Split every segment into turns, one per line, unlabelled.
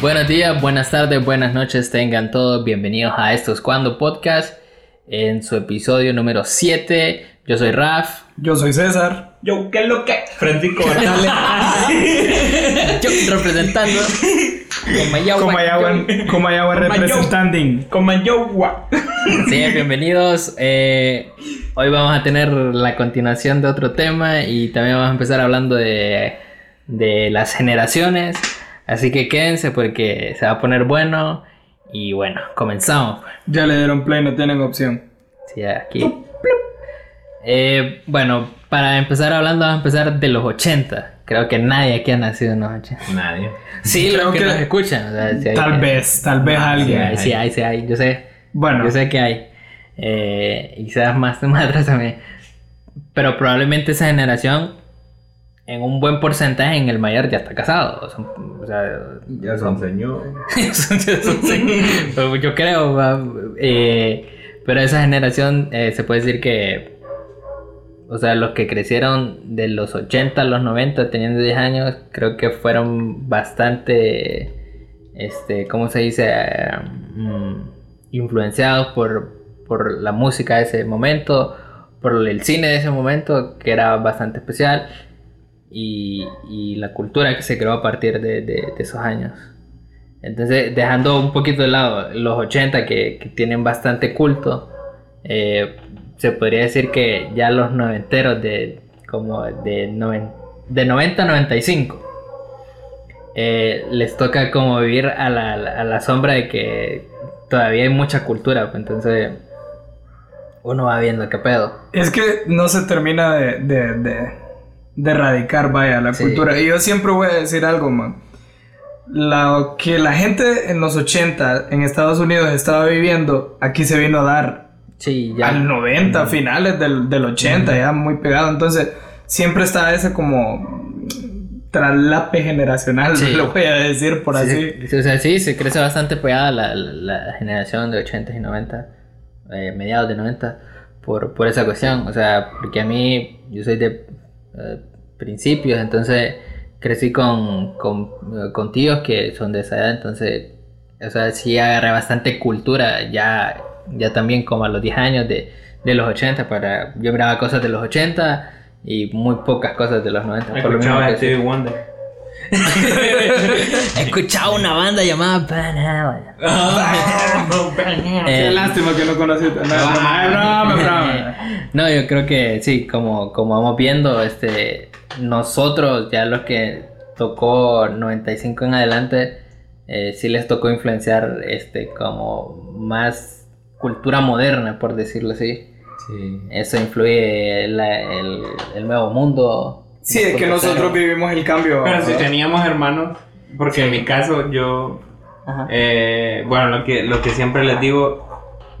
Buenos días, buenas tardes, buenas noches, tengan todos bienvenidos a estos Cuando Podcast en su episodio número 7. Yo soy Raf.
Yo soy César.
Yo, ¿qué es lo que?
Francisco Bertale.
Yo representando Comayagua.
Comayagua, Comayagua representing.
Comayagua.
Sí, bienvenidos. Eh, hoy vamos a tener la continuación de otro tema y también vamos a empezar hablando de, de las generaciones. Así que quédense porque se va a poner bueno. Y bueno, comenzamos.
Ya le dieron play, no tienen opción.
Sí, aquí. Eh, bueno, para empezar hablando, vamos a empezar de los 80. Creo que nadie aquí ha nacido en los 80.
Nadie.
Sí,
Creo
los que,
que-
nos escuchan. o sea, sí hay
Tal
que-
vez, tal vez
Sí
alguien.
hay, sí hay, sí hay, Yo sé.
Bueno,
Yo sé que hay. Eh, y quizás más, más atrás también. Pero probablemente esa generación, en un buen porcentaje, en el mayor ya está casado. Son- o sea,
Ya se enseñó.
son- son- son- pues, yo creo. va, eh, pero esa generación eh, se puede decir que. O sea, los que crecieron de los 80 a los 90, teniendo 10 años, creo que fueron bastante este, ¿cómo se dice? Eh, mm, influenciados por, por la música de ese momento, por el cine de ese momento, que era bastante especial, y, y la cultura que se creó a partir de, de- de esos años. Entonces, dejando un poquito de lado los 80 que, que tienen bastante culto, eh, se podría decir que ya los noventeros de como de, noven- de 90 a 95 eh, les toca como vivir a la, a la sombra de que todavía hay mucha cultura, pues, entonces uno va viendo qué pedo.
es que no se termina de, de, de- de erradicar, vaya, la
Sí.
cultura. Y yo siempre voy a decir algo, man. Lo que la gente en los 80 en Estados Unidos estaba viviendo, aquí se vino a dar.
Sí, ya.
al 90, finales del, del 80, ya muy pegado. Entonces, siempre está ese como mm, traslape generacional,
Sí.
lo voy a decir por
Sí,
así.
sí, o sea, sí, se crece bastante pegada la, la- la generación de 80 y 90, eh, mediados de 90, por, por esa cuestión. O sea, porque a mí, yo soy de eh, principios, entonces crecí con, eh, con, con tíos que son de esa edad, entonces, o sea, sí agarré bastante cultura, ya, ya también como a los 10 años de, de los 80, para, yo miraba cosas de los 80 y muy pocas cosas de los 90. por lo menos
Escuchaba
que
de
este
sí.
TV Wonder.
Escuchaba una banda llamada Van Halen.
Qué
Eh,
lástima que no conociste. No, no, no, no, no, no.
No, yo creo que sí, como, como vamos viendo, este, nosotros ya los que tocó 95 en adelante, eh, sí les tocó influenciar este, como más cultura moderna, por decirlo así.
Sí.
Eso influye la- el, el nuevo mundo.
Sí, es que nosotros vivimos el cambio.
Pero si
¿no?
teníamos hermanos, porque en mi caso yo,
Ajá.
eh, bueno, lo que, lo que siempre les digo,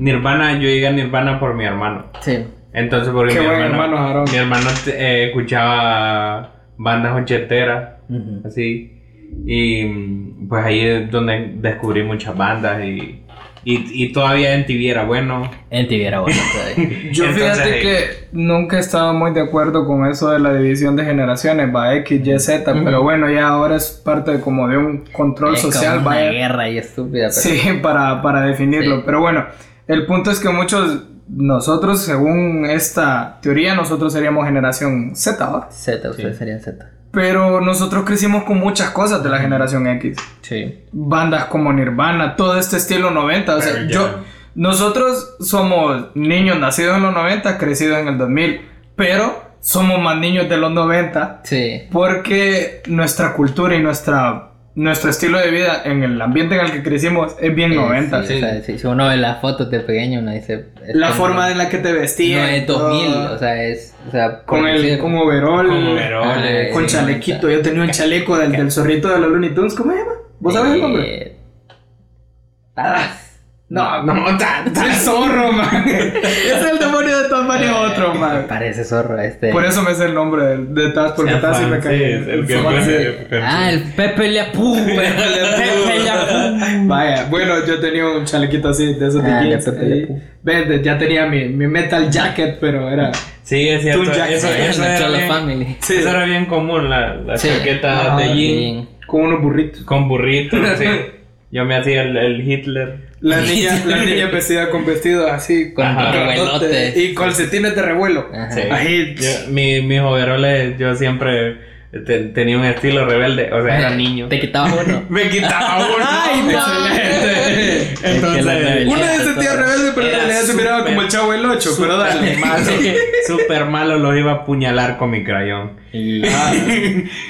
Nirvana, yo llegué a Nirvana por mi hermano.
Sí.
Entonces, porque
Qué
mi
buen
hermano,
hermano, Aarón.
mi hermano eh, escuchaba bandas ochenteras,
Ujú.
así. Y mm, pues ahí es donde descubrí muchas bandas y, y, y todavía en TV era bueno.
En Tibiera, bueno, todavía.
Yo
Entonces,
fíjate
eh,
que nunca he estado muy de acuerdo con eso de la división de generaciones, va X, Y, Z,
Ujú.
pero bueno, ya ahora es parte como de un control
Es como
social,
una
vaya.
guerra y estúpida. pero-
Sí, para, para definirlo.
Sí.
Pero bueno, el punto es que muchos, nosotros, según esta teoría, nosotros seríamos generación Z, ¿va?
Z, ustedes serían Z.
Pero nosotros crecimos con muchas cosas de la generación X.
Sí.
Bandas como Nirvana, todo este estilo 90. O sea,
Pearl
yo,
Jam.
nosotros somos niños nacidos en los 90, crecidos en el 2000, pero somos más niños de los 90
Sí.
porque nuestra cultura y nuestra, nuestro estilo de vida en el ambiente en el que crecimos es bien
Eh,
90.
sí, o sea, si- si uno ve las fotos de pequeño, uno dice. es
La
que
forma
no-
en la que te vestían.
No es
todo.
2000, o sea, es. O sea, por
Con el
decir-
con overol.
Con overol,
con
eh,
con
sí,
chalequito.
ahorita.
Yo tenía un chaleco del, del zorrito de los Looney Tunes. ¿Cómo se llama? ¿Vos sabés el nombre?
Eh, Taras.
No, no.
No, ta-
Es el zorro, man. es el demonio de Tasmania otro, man.
Parece zorro este.
Por eso me sé el nombre del- de, Taz, porque
El
Taz sí
fan,
me
sí,
cae.
es el que
fan,
pone-
sí.
Ah, el Pepe Le Pew. El Pepe Le Pew.
Vaya, bueno, yo tenía un chalequito así de esos de
Ah, de
jeans.
Pepe Le
ahí.
Pew.
Vende, ya tenía mi, mi metal jacket, pero era.
Sí, es cierto.
Toon Jack-
Eso,
El
eso,
Cholo
era bien,
Family.
eso era bien común, la, la
Sí.
chaqueta
Ajá,
de jean
bien.
con unos burritos.
Con burritos, sí. Yo me hacía el, el Hitler.
La niña, la niña vestida con vestidos así,
Con
Ajá.
grandote,
revuelotes.
y colcetines de revuelo.
Ajá.
Sí.
Ahí,
Yo- mi, mis overoles, yo siempre te- tenía un estilo rebelde. O sea, era niño.
Te quitabas uno.
Me quitaba uno.
Ay, no.
Excelente.
que la rebelión-
Entonces,
Una vez se tía rebelde, pero en
Era
realidad se miraba
súper-
como el chavo el 8, pero dale.
malo, super malo, los iba a apuñalar con mi crayón.
Y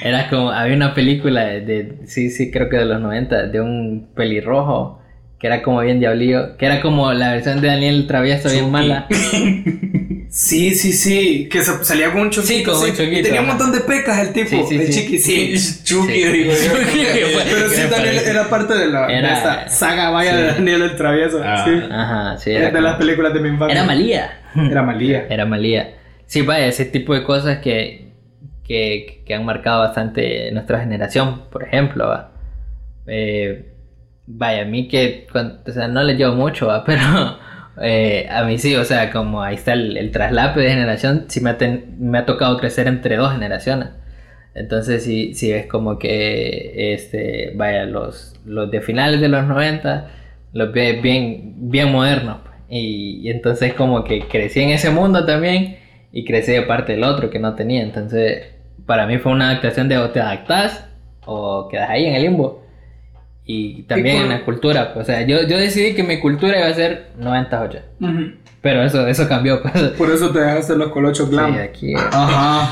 era como, había una película de, de- sí, sí, creo que de los 90, de un pelirrojo, que era como bien diablillo, que era como la versión de Daniel el Travieso bien
Chucky.
mala.
Sí, sí, sí. Que se- salía con un choquito.
Sí, con un choquito,
Y tenía un
ajá.
montón de pecas el
Sí,
tipo.
sí,
el
sí.
chiqui, sí.
Chucky,
Sí.
digo yo.
Pero sí,
Me
también
parece.
era parte de la de
Era-
esta saga vaya de
sí.
Daniel el Travieso.
Ah.
sí.
Ajá, sí,
Es
era,
de las
como-
películas de mi infancia.
era malía.
Era malía.
Era malía. Sí, vaya, ese tipo de cosas que, que, que han marcado bastante nuestra generación, por ejemplo, va. Eh, vaya, a mí que, cuan- o sea, no le llevo mucho, va, pero eh, a mí sí, o sea, como ahí está el, el traslape de generación, sí me ha, ten- me ha tocado crecer entre dos generaciones. Entonces sí, sí es como que, este, vaya, los, los de finales de los 90 los ves bien, bien modernos. pues. Y, y entonces como que crecí en ese mundo también y crecí de parte del otro que no tenía. Entonces para mí fue una adaptación de o te adaptás o quedas ahí en el limbo. Y también
Y con-
en la cultura. pues, O sea, yo, yo decidí que mi cultura iba a ser 98.
Ujú.
Pero eso, eso cambió. pues.
Por eso te dejaste los colochos
Sí,
glam.
aquí.
Ajá.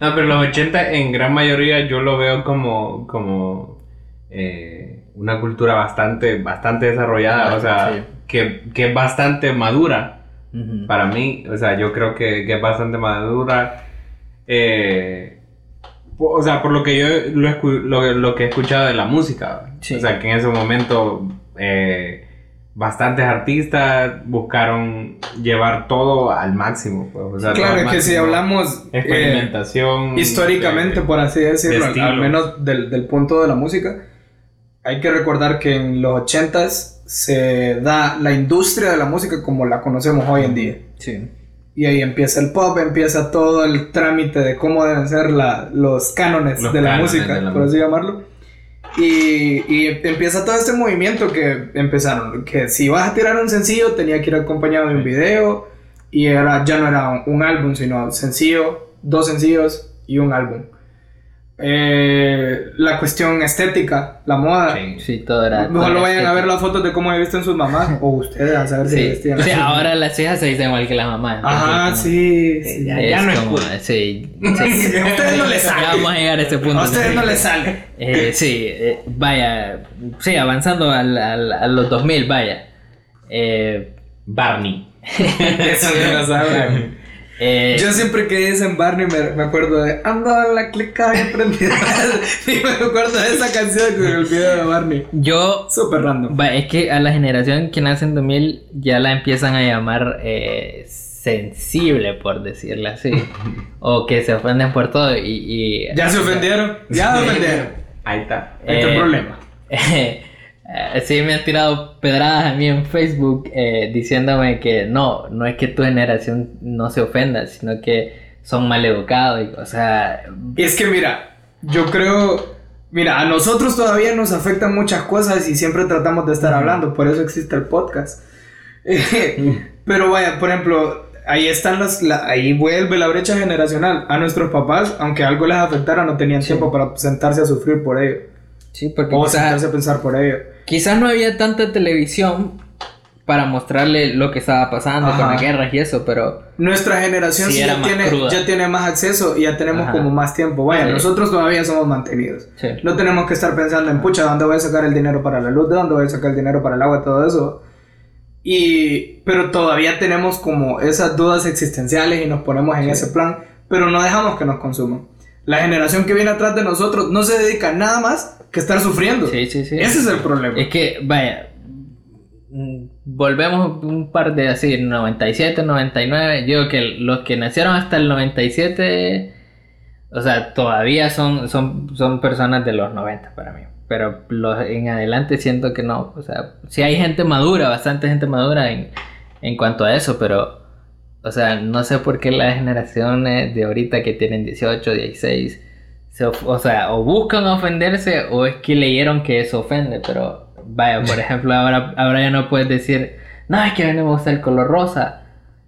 No, pero los 80 en gran mayoría yo lo veo como, como eh, una cultura bastante, bastante desarrollada,
Ah,
o sea,
sí.
que, que es bastante madura
Ujú.
para mí, o sea, yo creo que, que es bastante madura. eh, po- o sea, por lo que yo lo, escu- lo, lo que he escuchado de la música,
Sí.
o sea, que en ese momento eh, bastantes artistas buscaron llevar todo al máximo. pues, o sea, todo
Claro,
al
es que si
máximo.
hablamos eh,
Experimentación.
históricamente,
eh,
por así decirlo,
de
al-
estilo.
al menos del, del punto de la música, hay que recordar que en los 80s se da la industria de la música como la conocemos hoy en día.
Sí.
Y ahí empieza el pop, empieza todo el trámite de cómo deben ser la- los cánones
Los
de la
cánones
música,
de la
por así llamarlo. Y, y empieza todo este movimiento que empezaron, que si vas a tirar un sencillo tenía que ir acompañado de un
Sí.
video y era, ya no era un, un álbum, sino sencillo, dos sencillos y un álbum. Eh, la cuestión estética, la moda.
sí.
Sí, todo era... todo
No
era
lo vayan a ver
estético.
las fotos de cómo visten sus mamás o ustedes a saber si
Sí.
vestían
O sea,
así.
ahora las hijas se dicen igual que las mamás. entonces,
Ajá,
como-
sí.
eh,
sí.
Ya,
Ya
es
no es
como,
cool.
sí,
Sí,
sí.
a ustedes no les
Ya
sale.
vamos a llegar a ese punto.
A ustedes
¿no?
no les sale.
Eh, sí, eh, vaya, sí, avanzando al, al- a los 2000, vaya. Eh,
Barney.
Eso no lo saben.
eh,
Yo siempre que dicen Barney me, me acuerdo de Anda la clica bien prendida. y me acuerdo de esa canción con el video de Barney.
yo
Súper random.
Va, es que a la generación que nace en 2000 ya la empiezan a llamar eh, sensible, por decirlo así. o que se ofenden por todo. Y, y-
Ya se ofendieron. Ya se ofendieron.
Ahí está.
Ahí está el
Eh,
problema.
Eh, sí, me han tirado pedradas a mí en Facebook eh, diciéndome que no, no es que tu generación no se ofenda, sino que son mal educados. o sea,
Es que mira, yo creo. Mira, a nosotros todavía nos afectan muchas cosas y siempre tratamos de estar hablando, por eso existe el podcast. Pero vaya, por ejemplo, ahí están las. la- ahí vuelve la brecha generacional. A nuestros papás, aunque algo les afectara, no tenían
Sí.
tiempo para sentarse a sufrir por ello.
sí, porque
O
quizás-
sentarse a pensar por ello.
quizás no había tanta televisión para mostrarle lo que estaba pasando
Ajá.
con las guerras y eso, pero
Nuestra generación
Sí,
sí
era
ya,
más
tiene,
cruda.
ya tiene más acceso y ya tenemos
Ajá.
como más tiempo. Vaya,
Sí.
nosotros todavía somos mantenidos.
sí.
No tenemos que estar pensando en, pucha, ¿dónde voy a sacar el dinero para la luz? ¿De dónde voy a sacar el dinero para el agua? Todo eso. Y, pero todavía tenemos como esas dudas existenciales y nos ponemos en
Sí.
ese plan, pero no dejamos que nos consuman. La generación que viene atrás de nosotros no se dedica a nada más que estar sufriendo.
Sí, sí, sí.
Ese es el problema.
Es que, vaya, mm, volvemos un par de así, 97, 99. Yo creo que los que nacieron hasta el 97, o sea, todavía son, son, son personas de los 90 para mí. Pero los en adelante siento que no. O sea, sí hay gente madura, bastante gente madura en, en cuanto a eso, pero, o sea, no sé por qué las generaciones de ahorita que tienen 18, 16 se of- o sea, o buscan ofenderse o es que leyeron que eso ofende, pero vaya, por ejemplo, ahora, ahora ya no puedes decir, no, es que a mí no me gusta el color rosa.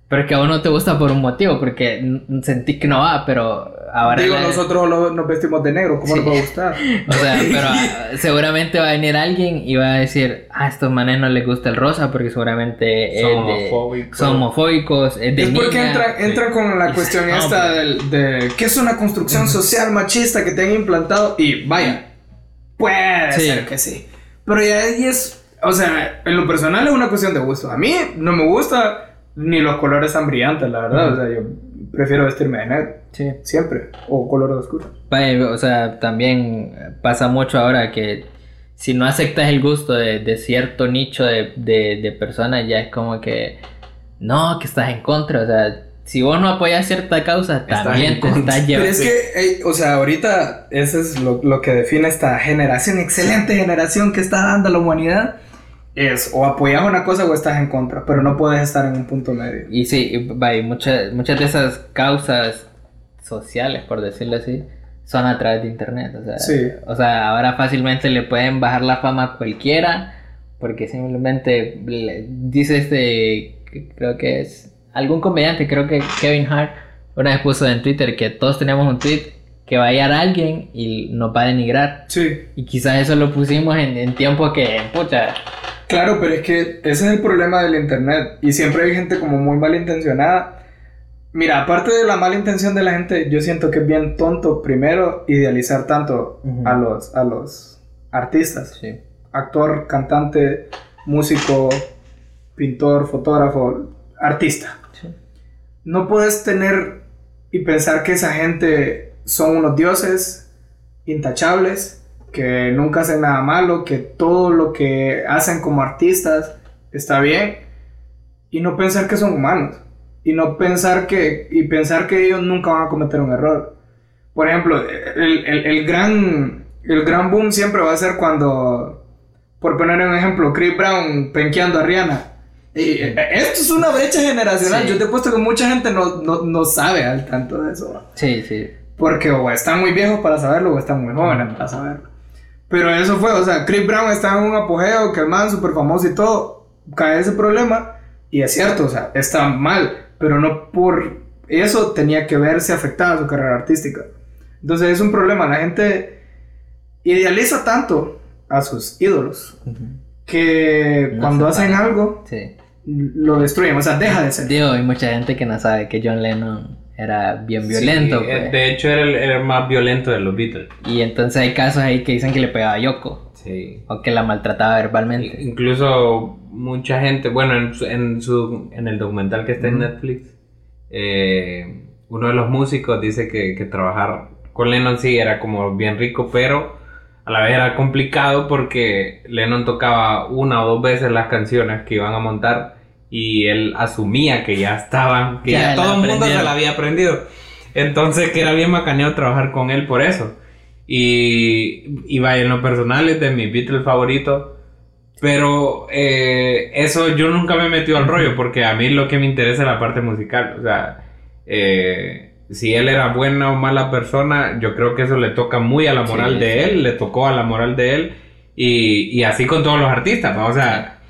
Pero es que a vos no te gusta por un motivo, porque n- sentís que no va, pero ahora...
Digo,
la-
nosotros lo- nos vestimos de negro, ¿cómo
Sí.
nos va a gustar?
O sea, pero ah, seguramente va a venir alguien y va a decir, ah, a estos manes no les gusta el rosa porque seguramente es
Son
Eh, de-
homofóbicos.
son homofóbicos, es de
Es porque
niña".
entra, entra con la cuestión
Ah,
esta del- de que es una construcción social machista que te han implantado y vaya, puede
Sí.
ser que sí. Pero ya ahí es, o sea, en lo personal es una cuestión de gusto. A mí no me gusta ni los colores tan brillantes, la verdad. O sea, yo prefiero vestirme de negro
Sí.
siempre o color oscuro.
Vaya, Pues, o sea, también pasa mucho ahora que si no aceptas el gusto de, de cierto nicho de, de, de personas, ya es como que no, que estás en contra. O sea, si vos no apoyas cierta causa,
Estás
también te
en contra.
estás
Pero
llevando.
es que, eh, o sea, ahorita eso es lo, lo que define esta generación, excelente generación que está dando la humanidad. Es o apoyas una cosa o estás en contra, pero no puedes estar en un punto medio.
Y sí, y vaya, muchas, muchas de esas causas sociales, por decirlo así, son a través de internet. O sea,
Sí.
o sea, ahora fácilmente le pueden bajar la fama a cualquiera, porque simplemente le- dice este, que- creo que es algún comediante, creo que Kevin Hart, una vez puso en Twitter que todos tenemos un tweet que va a llegar alguien y nos va a denigrar.
Sí.
Y quizás eso lo pusimos en, en tiempo que, pucha,
Claro, pero es que ese es el problema del internet y siempre hay gente como muy malintencionada. Mira, aparte de la mala intención de la gente, yo siento que es bien tonto primero idealizar tanto
Ujú.
a los a los artistas,
sí.
actor, cantante, músico, pintor, fotógrafo, artista.
sí.
No puedes tener y pensar que esa gente son unos dioses intachables, que nunca hacen nada malo, que todo lo que hacen como artistas está bien, y no pensar que son humanos, y no pensar que, y pensar que ellos nunca van a cometer un error. Por ejemplo, el, el- el gran, el gran boom siempre va a ser cuando, por poner un ejemplo, Chris Brown penqueando a Rihanna. Y, eh, esto es una brecha generacional.
Sí.
Yo te he puesto que mucha gente no, no, no sabe al tanto de eso. ¿va?
Sí, sí.
Porque o están muy viejos para saberlo o están muy jóvenes para saberlo. Pero eso fue, o sea, Chris Brown está en un apogeo, que el man súper famoso y todo, cae ese problema y es cierto, o sea, está mal, pero no por eso tenía que verse afectada su carrera artística. Entonces es un problema, la gente idealiza tanto a sus ídolos que
No
cuando
se
hacen
para.
algo
Sí.
lo destruyen, o sea, deja de ser.
Digo, hay mucha gente que no sabe que John Lennon era bien violento,
Sí, eh,
pues.
De hecho, era el, era el más violento de los Beatles.
Y entonces hay casos ahí que dicen que le pegaba a Yoko
Sí.
o que la maltrataba verbalmente.
Incluso mucha gente, bueno, en, su- en, su, en el documental que está en
Ujú.
Netflix, eh, uno de los músicos dice que, que trabajar con Lennon sí era como bien rico, pero a la vez era complicado porque Lennon tocaba una o dos veces las canciones que iban a montar y él asumía que ya estaban, que
Ya
ya,
la
todo el mundo se
aprendieron.
la había aprendido. Entonces que era bien macaneo trabajar con él por eso. Y, y vaya, en lo personal es de mi Beatle favorito. Pero eh, eso yo nunca me he metido al rollo porque a mí lo que me interesa es la parte musical. O sea, eh, si él era buena o mala persona, yo creo que eso le toca muy a la moral
Sí,
de
sí.
él, le tocó a la moral de él. Y, y así con todos los artistas, ¿no? O sea,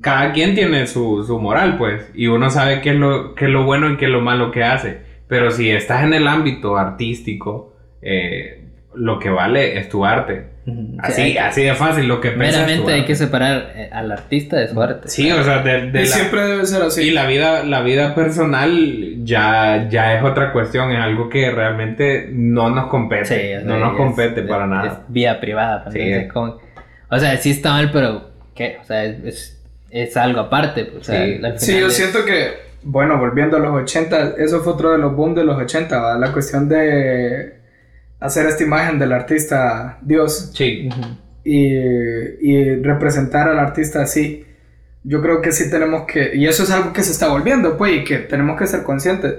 cada quien tiene su, su moral, pues. Y uno sabe qué es, lo, qué es lo bueno y qué es lo malo que hace. Pero si estás en el ámbito artístico, eh, lo que vale es tu arte.
Ujú. O sea,
Así,
hay-
así de fácil, lo que pesa es tu
meramente hay
arte.
que separar eh, al artista de su arte.
Sí, o sea, de, de
Y
la,
siempre debe ser así.
y la vida, la vida personal ya, ya es otra cuestión, es algo que realmente no nos compete.
Sí, o sea,
no nos
es-
compete para
es-
nada.
Es vía privada. pues,
Sí.
entonces es como- o sea, sí está mal, pero ¿qué? O sea, es, es- es algo aparte. pues, o sea,
Sí.
al
Sí,
final
yo
es-
siento que, bueno, volviendo a los 80, eso fue otro de los boom de los 80, ¿va? la cuestión de hacer esta imagen del artista Dios
Sí,
Ujú.
y, y representar al artista así. Yo creo que sí tenemos que, y eso es algo que se está volviendo, pues, y que tenemos que ser conscientes,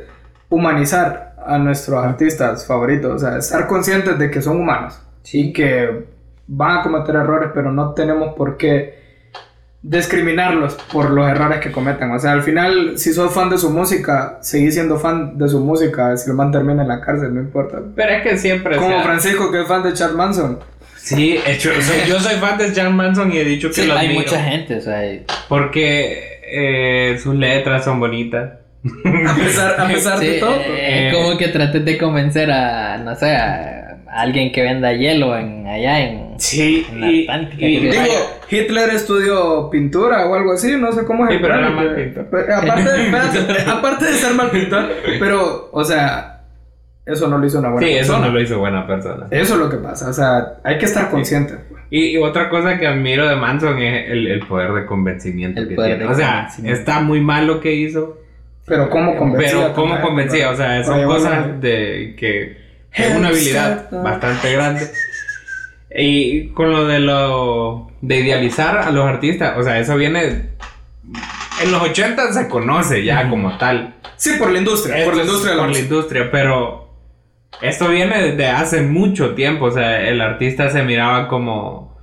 humanizar a nuestros artistas favoritos, o sea, estar conscientes de que son humanos y que van a cometer errores, pero no tenemos por qué discriminarlos por los errores que cometen. O sea, al final, si sos fan de su música, seguís siendo fan de su música. Si el man termina en la cárcel, no importa.
Pero es que siempre. o
Como
sea,
Francisco, que es fan de Charles Manson.
Sí, hecho, soy- yo soy fan de Jan Manson y he dicho que
Sí,
lo
hay
admiro.
mucha gente, o sea, hay-
Porque eh, sus letras son bonitas.
A pesar, a pesar
Sí,
de todo.
eh, es como que trates de convencer a, no sé, a alguien que venda hielo en allá en...
Sí,
En la
y,
Antártica,
y-
creo.
Digo, Hitler estudió pintura o algo así, no sé cómo es
Sí,
el
pero era
trámite.
mal pintor.
Pero eh, aparte, de, espérate, aparte de ser mal pintor, pero, o sea, eso no lo hizo una buena
sí, eso
persona.
no lo hizo buena persona.
Eso es lo que pasa, o sea, hay que estar consciente.
Y, y otra cosa que admiro de Manson es el, el poder de convencimiento
El
que
poder
tiene.
de
O sea,
convencimiento.
está muy mal lo que hizo,
Pero cómo convencía.
pero cómo convencía. O sea, son
Oye, bueno,
cosas de que que es una habilidad
Exacto.
bastante grande. Y con lo de lo de idealizar a los artistas, o sea, eso viene en los 80 se conoce ya como tal.
Sí, por la industria, por la
Esto es
industria de la
por la
música.
industria, pero esto viene desde hace mucho tiempo. O sea, el artista se miraba como.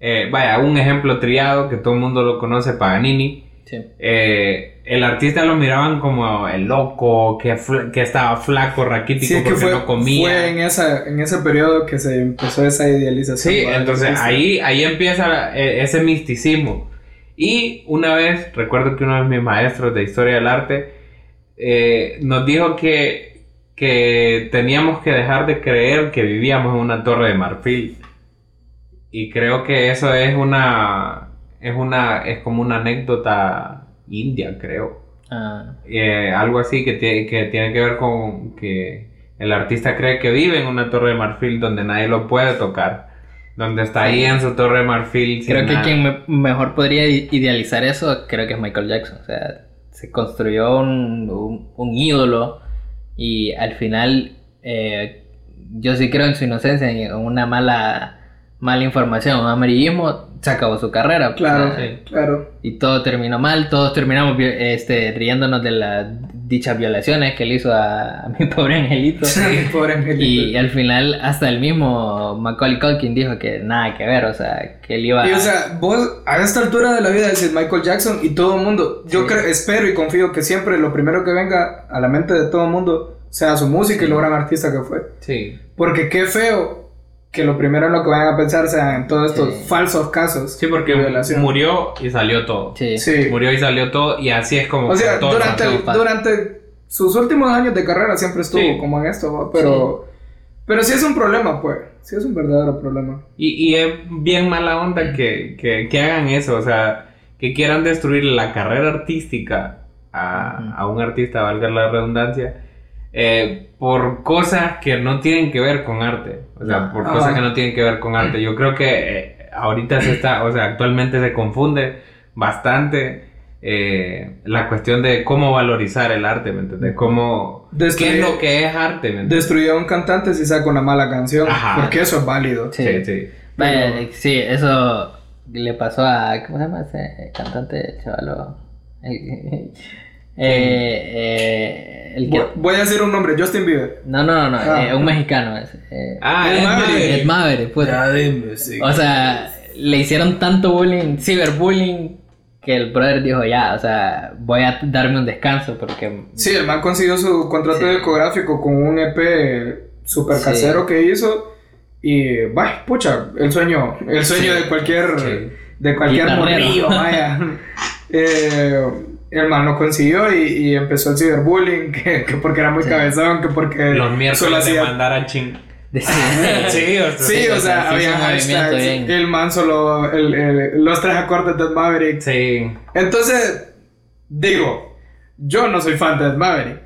eh, vaya, un ejemplo triado que todo el mundo lo conoce, Paganini.
Sí.
Eh, el artista lo miraban como el loco, que, fl- que estaba flaco, raquítico,
Sí, es que
porque
fue,
no comía.
fue en, esa, en ese periodo que se empezó esa idealización.
Sí,
¿verdad?
entonces
Entonces,
ahí, ahí empieza eh, ese misticismo. Y una vez, recuerdo que uno de mis maestros de historia del arte eh, nos dijo que, que teníamos que dejar de creer que vivíamos en una torre de marfil. Y creo que eso es una. es una. es como una anécdota india, creo.
Ah,
Eh, algo así que, tie- que tiene que ver con que el artista cree que vive en una torre de marfil donde nadie lo puede tocar. Donde está ahí en su torre de marfil. sin
creo que
nada.
quien me- mejor podría i- idealizar eso creo que es Michael Jackson. O sea, se construyó un, un- un ídolo y al final eh, yo sí creo en su inocencia, en una mala, mala información, un amarillismo, se acabó su carrera. pues,
Claro,
Ah,
o sea,
claro.
Y todo terminó mal, todos terminamos vi- este, riéndonos de las dichas violaciones que le hizo a, a mi pobre angelito.
Pobre angelito.
Y, al final hasta el mismo Macaulay Culkin dijo que nada que ver, o sea, que él iba
Y o sea, vos a esta altura de la vida decís Michael Jackson y todo el mundo, yo
Sí.
creo, espero y confío que siempre lo primero que venga a la mente de todo el mundo sea su música y lo gran artista que fue.
Sí.
Porque qué feo que lo primero en lo que vayan a pensar sea en todos estos
Sí.
falsos casos.
Sí, porque
de violación.
murió y salió todo.
Sí.
Sí.
Murió y salió todo. Y así es como
O sea,
que todo
durante,
pasó.
todo pasa.
durante sus últimos años de carrera siempre estuvo
Sí.
como en esto, ¿va? pero pero sí es un problema, pues. Sí es un verdadero problema.
Y, y es bien mala onda que, que- que hagan eso, o sea, que quieran destruir la carrera artística a,
Ujú.
a un artista, valga la redundancia, eh, por cosas que no tienen que ver con arte, o sea,
Ajá.
por cosas
Ajá.
que no tienen que ver con arte. Yo creo que eh, ahorita se está, o sea, actualmente se confunde bastante eh, la cuestión de cómo valorizar el arte, ¿me entiendes? Cómo... ¿Qué es
Destruir-
lo que es arte? ¿me entiendes?
Destruyó a un cantante si saca una mala canción,
Ajá.
porque eso es válido.
Sí.
sí.
Vaya,
Pero-
sí, eso le pasó a... ¿Cómo se llama ese cantante chavalo? Eh, eh, el que...
Voy- Voy a decir un nombre, Justin Bieber.
No, no, no,
Ah.
eh, un mexicano es. eh,
Ah,
Ed
Ed
Maverick.
Maverick.
Ed Maverick, puta.
dime, sí.
O sea, le hicieron tanto bullying, ciberbullying, que el brother dijo, ya, o sea, voy a darme un descanso porque...
Sí, el man consiguió su contrato
Sí.
discográfico con un EP super
Sí.
casero que hizo. Y, bah, pucha, el sueño, el sueño
Sí.
de cualquier,
Sí.
de cualquier
Guitarrero.
morrillo, vaya. Eh, el man lo consiguió y, y empezó el ciberbullying, que, que porque era muy
Sí.
cabezón, que porque
Los
solo
miércoles de
hacía...
mandar a ching.
decía-
Sí, o sea,
Sí, o sea,
sí, hizo
había
un movimiento
hashtags,
bien.
el man solo, el- el- los tres acordes de Maverick,
Sí.
Entonces, digo, yo no soy fan de Ed Maverick.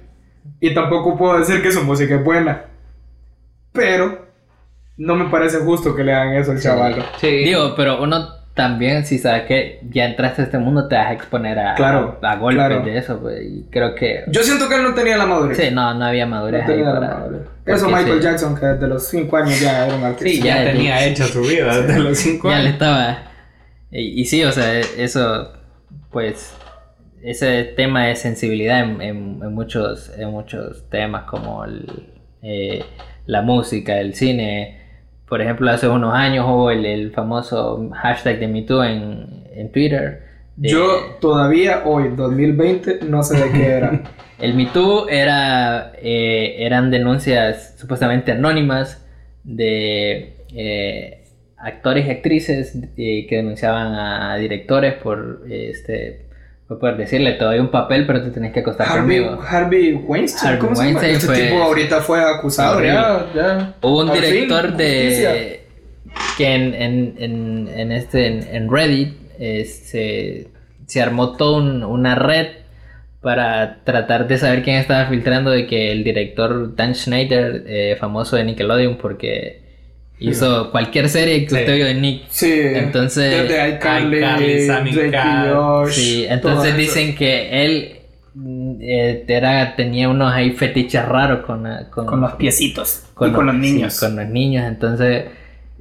Y tampoco puedo decir que su música es buena. Pero no me parece justo que le hagan eso al chaval.
Digo, pero uno también, si sabes que ya entraste a este mundo, te vas a exponer a,
Claro,
a golpes
claro.
de eso, pues, y creo que...
Yo siento que él no tenía la madurez.
Sí, no, no había
no
madurez ahí
tenía la
para...
madurez.
porque
Eso Michael
sí,
Jackson, que desde los 5 años ya era un artista.
Sí, ya,
ya
tenía hecha su vida desde los 5
Ya le
años.
estaba... Y, y sí, o sea, eso, pues, ese tema de sensibilidad en, en- en muchos, en muchos temas como el, eh, la música, el cine. Por ejemplo, hace unos años hubo el, el famoso hashtag de MeToo en, en Twitter,
Yo todavía hoy, 2020, no sé de qué era.
El Me Too era, eh, eran denuncias supuestamente anónimas de eh, actores y actrices eh, que denunciaban a directores por, este, por poder decirle, te doy un papel pero te tenés que acostar
Harvey,
conmigo.
Harvey Weinstein,
Harvey
¿cómo se
Weinstein
llama? Este
fue-
tipo ahorita fue acusado,
horrible.
ya, ya.
Hubo un
Por fin,
director
justicia.
de que en, en, en, en este en, en Reddit eh, se, se armó toda un- una red para tratar de saber quién estaba filtrando de que el director Dan Schneider, eh, famoso de Nickelodeon, porque hizo cualquier serie que
Sí.
usted vio de Nick.
Sí.
Entonces,
Desde iCarly,
iCarly, Sammy
Drake y
Cat,
Josh,
Sí,
todas
entonces
esas.
dicen que él mm, eh, era, tenía unos ahí fetiches raros con, la-
Con los piecitos. y
con,
con los
sí,
niños.
con los niños, entonces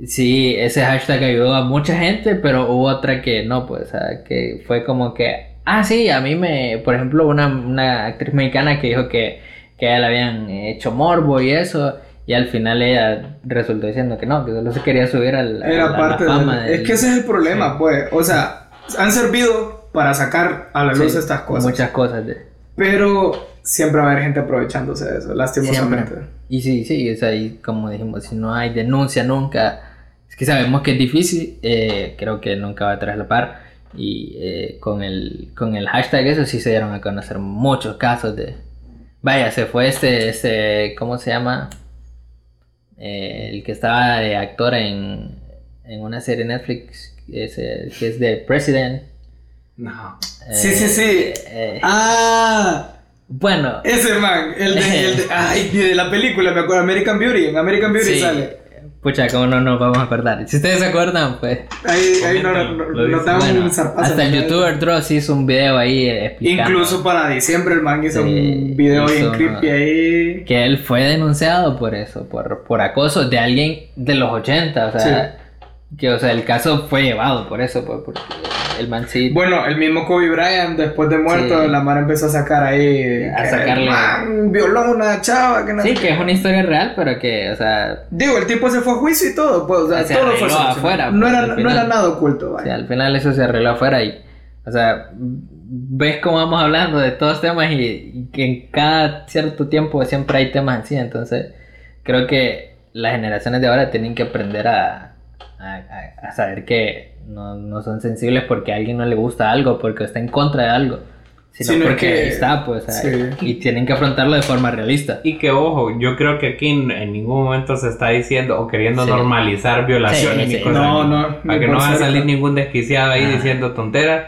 sí, ese hashtag ayudó a mucha gente, pero hubo otra que no, pues, o sea, que fue como que, ah, sí, a mí me, por ejemplo, una, una actriz mexicana que dijo que, que a ella le habían hecho morbo y eso. Y al final ella resultó diciendo que no, que solo se quería subir al, a
Era
la- a la
parte de-
fama. del-
Es que ese es el problema, pues. O sea, han servido para sacar a la
sí,
luz estas cosas.
Muchas cosas. de-
Pero siempre va a haber gente aprovechándose de eso, lastimosamente.
Y sí, sí, es ahí como dijimos, si no hay denuncia nunca, es que sabemos que es difícil, eh, creo que nunca va a traslapar. Y eh, con, el, con el hashtag eso sí se dieron a conocer muchos casos de... Vaya, se fue este, este ¿cómo se llama? Eh, el que estaba de actor en, en una serie de Netflix, ese, que es de President.
No.
Sí, sí, sí.
eh,
Ah,
bueno,
ese man, el de, el de- ay, de la película, me acuerdo, American Beauty, en American Beauty
Sí.
sale.
pucha, ¿cómo no nos vamos a acordar? Si ustedes se acuerdan, pues...
Ahí, ahí no, no, no-
Coméntalo, lo dice.
nos da
Bueno,
un zarpazo.
hasta el
¿no?
youtuber Dross hizo un video ahí eh, explicando
Incluso para diciembre el man hizo
Sí,
un video bien
hizo,
creepy
¿no?
ahí.
que él fue denunciado por eso, por, por acoso de alguien de los 80, o sea, que o sea, el caso fue llevado por eso, pues, porque el man sí
Bueno, el mismo Kobe Bryant, después de muerto,
Sí.
la mara empezó a sacar ahí.
A
que
sacarle-
el Man, violó a una chava. Que no
Sí, que es una historia real, pero que, o sea,
Digo, el tipo se fue a juicio y todo. Pues, o sea,
Se
todo
arregló
fue solucionado.
afuera,
no,
pues,
era,
al
no era
final.
nada oculto,
o sea,
vaya.
al final eso se arregló afuera y, o sea, ves cómo vamos hablando de todos temas y, y que en cada cierto tiempo siempre hay temas así, entonces creo que las generaciones de ahora tienen que aprender a, a- a- a saber que no, no son sensibles porque a alguien no le gusta algo, porque está en contra de algo, sino
Sino
porque
que-
ahí está, pues, o sea,
sí.
y tienen que afrontarlo de forma realista.
Y que ojo, yo creo que aquí en, en ningún momento se está diciendo o queriendo
Sí.
normalizar violaciones
Sí,
ni
sí.
cosas
No,
así.
no,
Para
ni
que
por
no va a
cerca.
salir ningún desquiciado ahí
Ajá.
diciendo tonteras.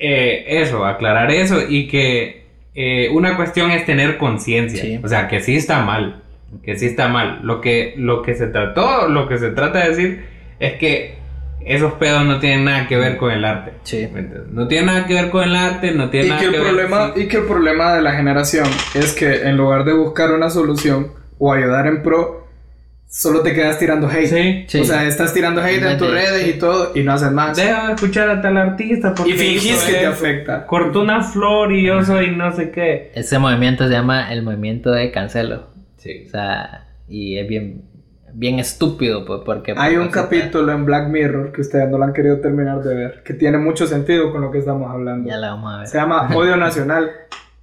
Eh, eso, aclarar eso y que eh, una cuestión es tener conciencia.
Sí.
O sea, que sí está mal. Que sí está mal. Lo que, lo que se trató, lo que se trata de decir es que esos pedos no tienen nada que ver con el arte.
Sí.
¿me entiendes? No tiene nada que ver con el arte, no tiene
Y
nada
que, el
ver-
problema,
sí.
y que el problema de la generación es que en lugar de buscar una solución o ayudar en pro, solo te quedas tirando hate.
Sí.
Sí.
O sea, estás tirando hate en tus
Vende.
redes y todo y no haces más.
Deja de escuchar a tal artista porque
y fingís
hizo
que te
eso.
afecta.
Cortó una flor y yo soy no sé qué.
Ese movimiento se llama el movimiento de cancelo. O
Sí.
sea, y es bien, bien estúpido, pues, porque...
Hay un
porque-
capítulo en Black Mirror que ustedes no lo han querido terminar de ver, que tiene mucho sentido con lo que estamos hablando.
Ya la vamos a ver.
Se llama Odio Nacional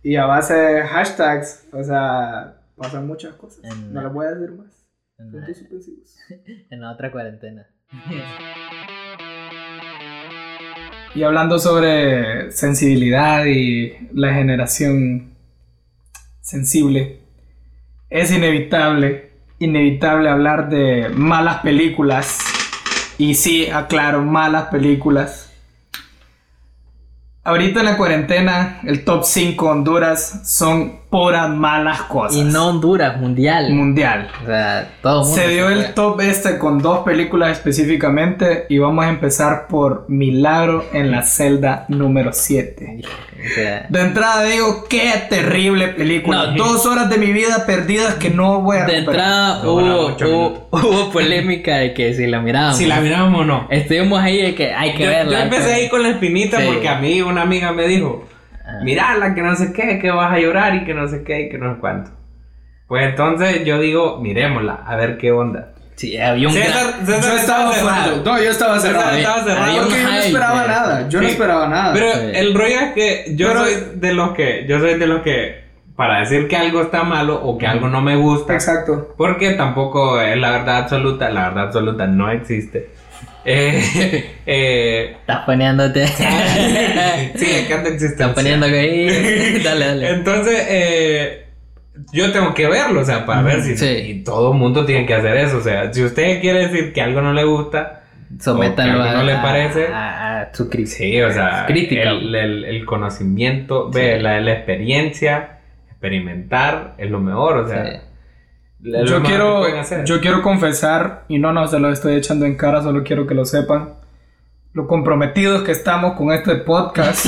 y a base de hashtags, o sea, pasan muchas cosas.
En-
No les voy a decir más.
en, la,
Puntos suspensivos.
en la otra cuarentena.
Y hablando sobre sensibilidad y la generación sensible, es inevitable, inevitable hablar de malas películas. Y sí, aclaro, malas películas. Ahorita en la cuarentena, el top 5 Honduras son puras malas cosas.
y no Honduras, mundial.
mundial.
o sea, todo el mundo.
Se dio el
fue.
top este con dos películas específicamente y vamos a empezar por Milagro en la celda número 7.
O sea,
De entrada digo, qué terrible película.
No.
dos horas de mi vida perdidas que no voy a
de
recuperar.
entrada
No,
hubo,
no, ocho
hubo, hubo polémica de que si la mirábamos.
Si la miramos o no.
Estuvimos ahí de que Ah, hay que
Yo,
verla. pues.
yo
hay que
empecé ahí con la espinita
Sí. Ah.
porque a mí una amiga me dijo,
Ajá.
mirala que no sé qué, que vas a llorar y que no sé qué y que no sé cuánto. Pues entonces yo digo, miremosla, a ver qué onda.
Sí, había un
César,
gran-
César
yo estaba
cerrado.
cerrado. No, yo estaba
César
cerrado.
estaba cerrado.
Porque yo no
Ay,
esperaba
pero-
nada. Yo no
Sí.
esperaba nada.
Pero
Ah, Sí.
el rollo es que yo
Pero-
soy de los que, yo soy de los que, para decir que algo está malo o que algo no me gusta,
Exacto.
porque tampoco es la verdad absoluta, la verdad absoluta no existe. Eh, eh,
Estás poniéndote.
sí, acá no existe.
Estás poniendo que ahí. Dale, dale.
Entonces, eh, yo tengo que verlo, o sea, para
Ujú,
ver si...
sí.
Y todo el mundo tiene que hacer eso, o sea, si usted quiere decir que algo no le gusta,
Sométalo
Ok,
a,
¿no le
a-
parece?
a, a su crítica.
sí, o sea,
crítica.
El, el- el conocimiento, ve,
Sí.
la, la experiencia, experimentar es lo mejor, o sea...
Sí.
lo
Yo
mejor que
quiero,
pueden hacer.
yo quiero confesar, y no, no se lo estoy echando en cara, solo quiero que lo sepan, lo comprometidos que estamos con este podcast.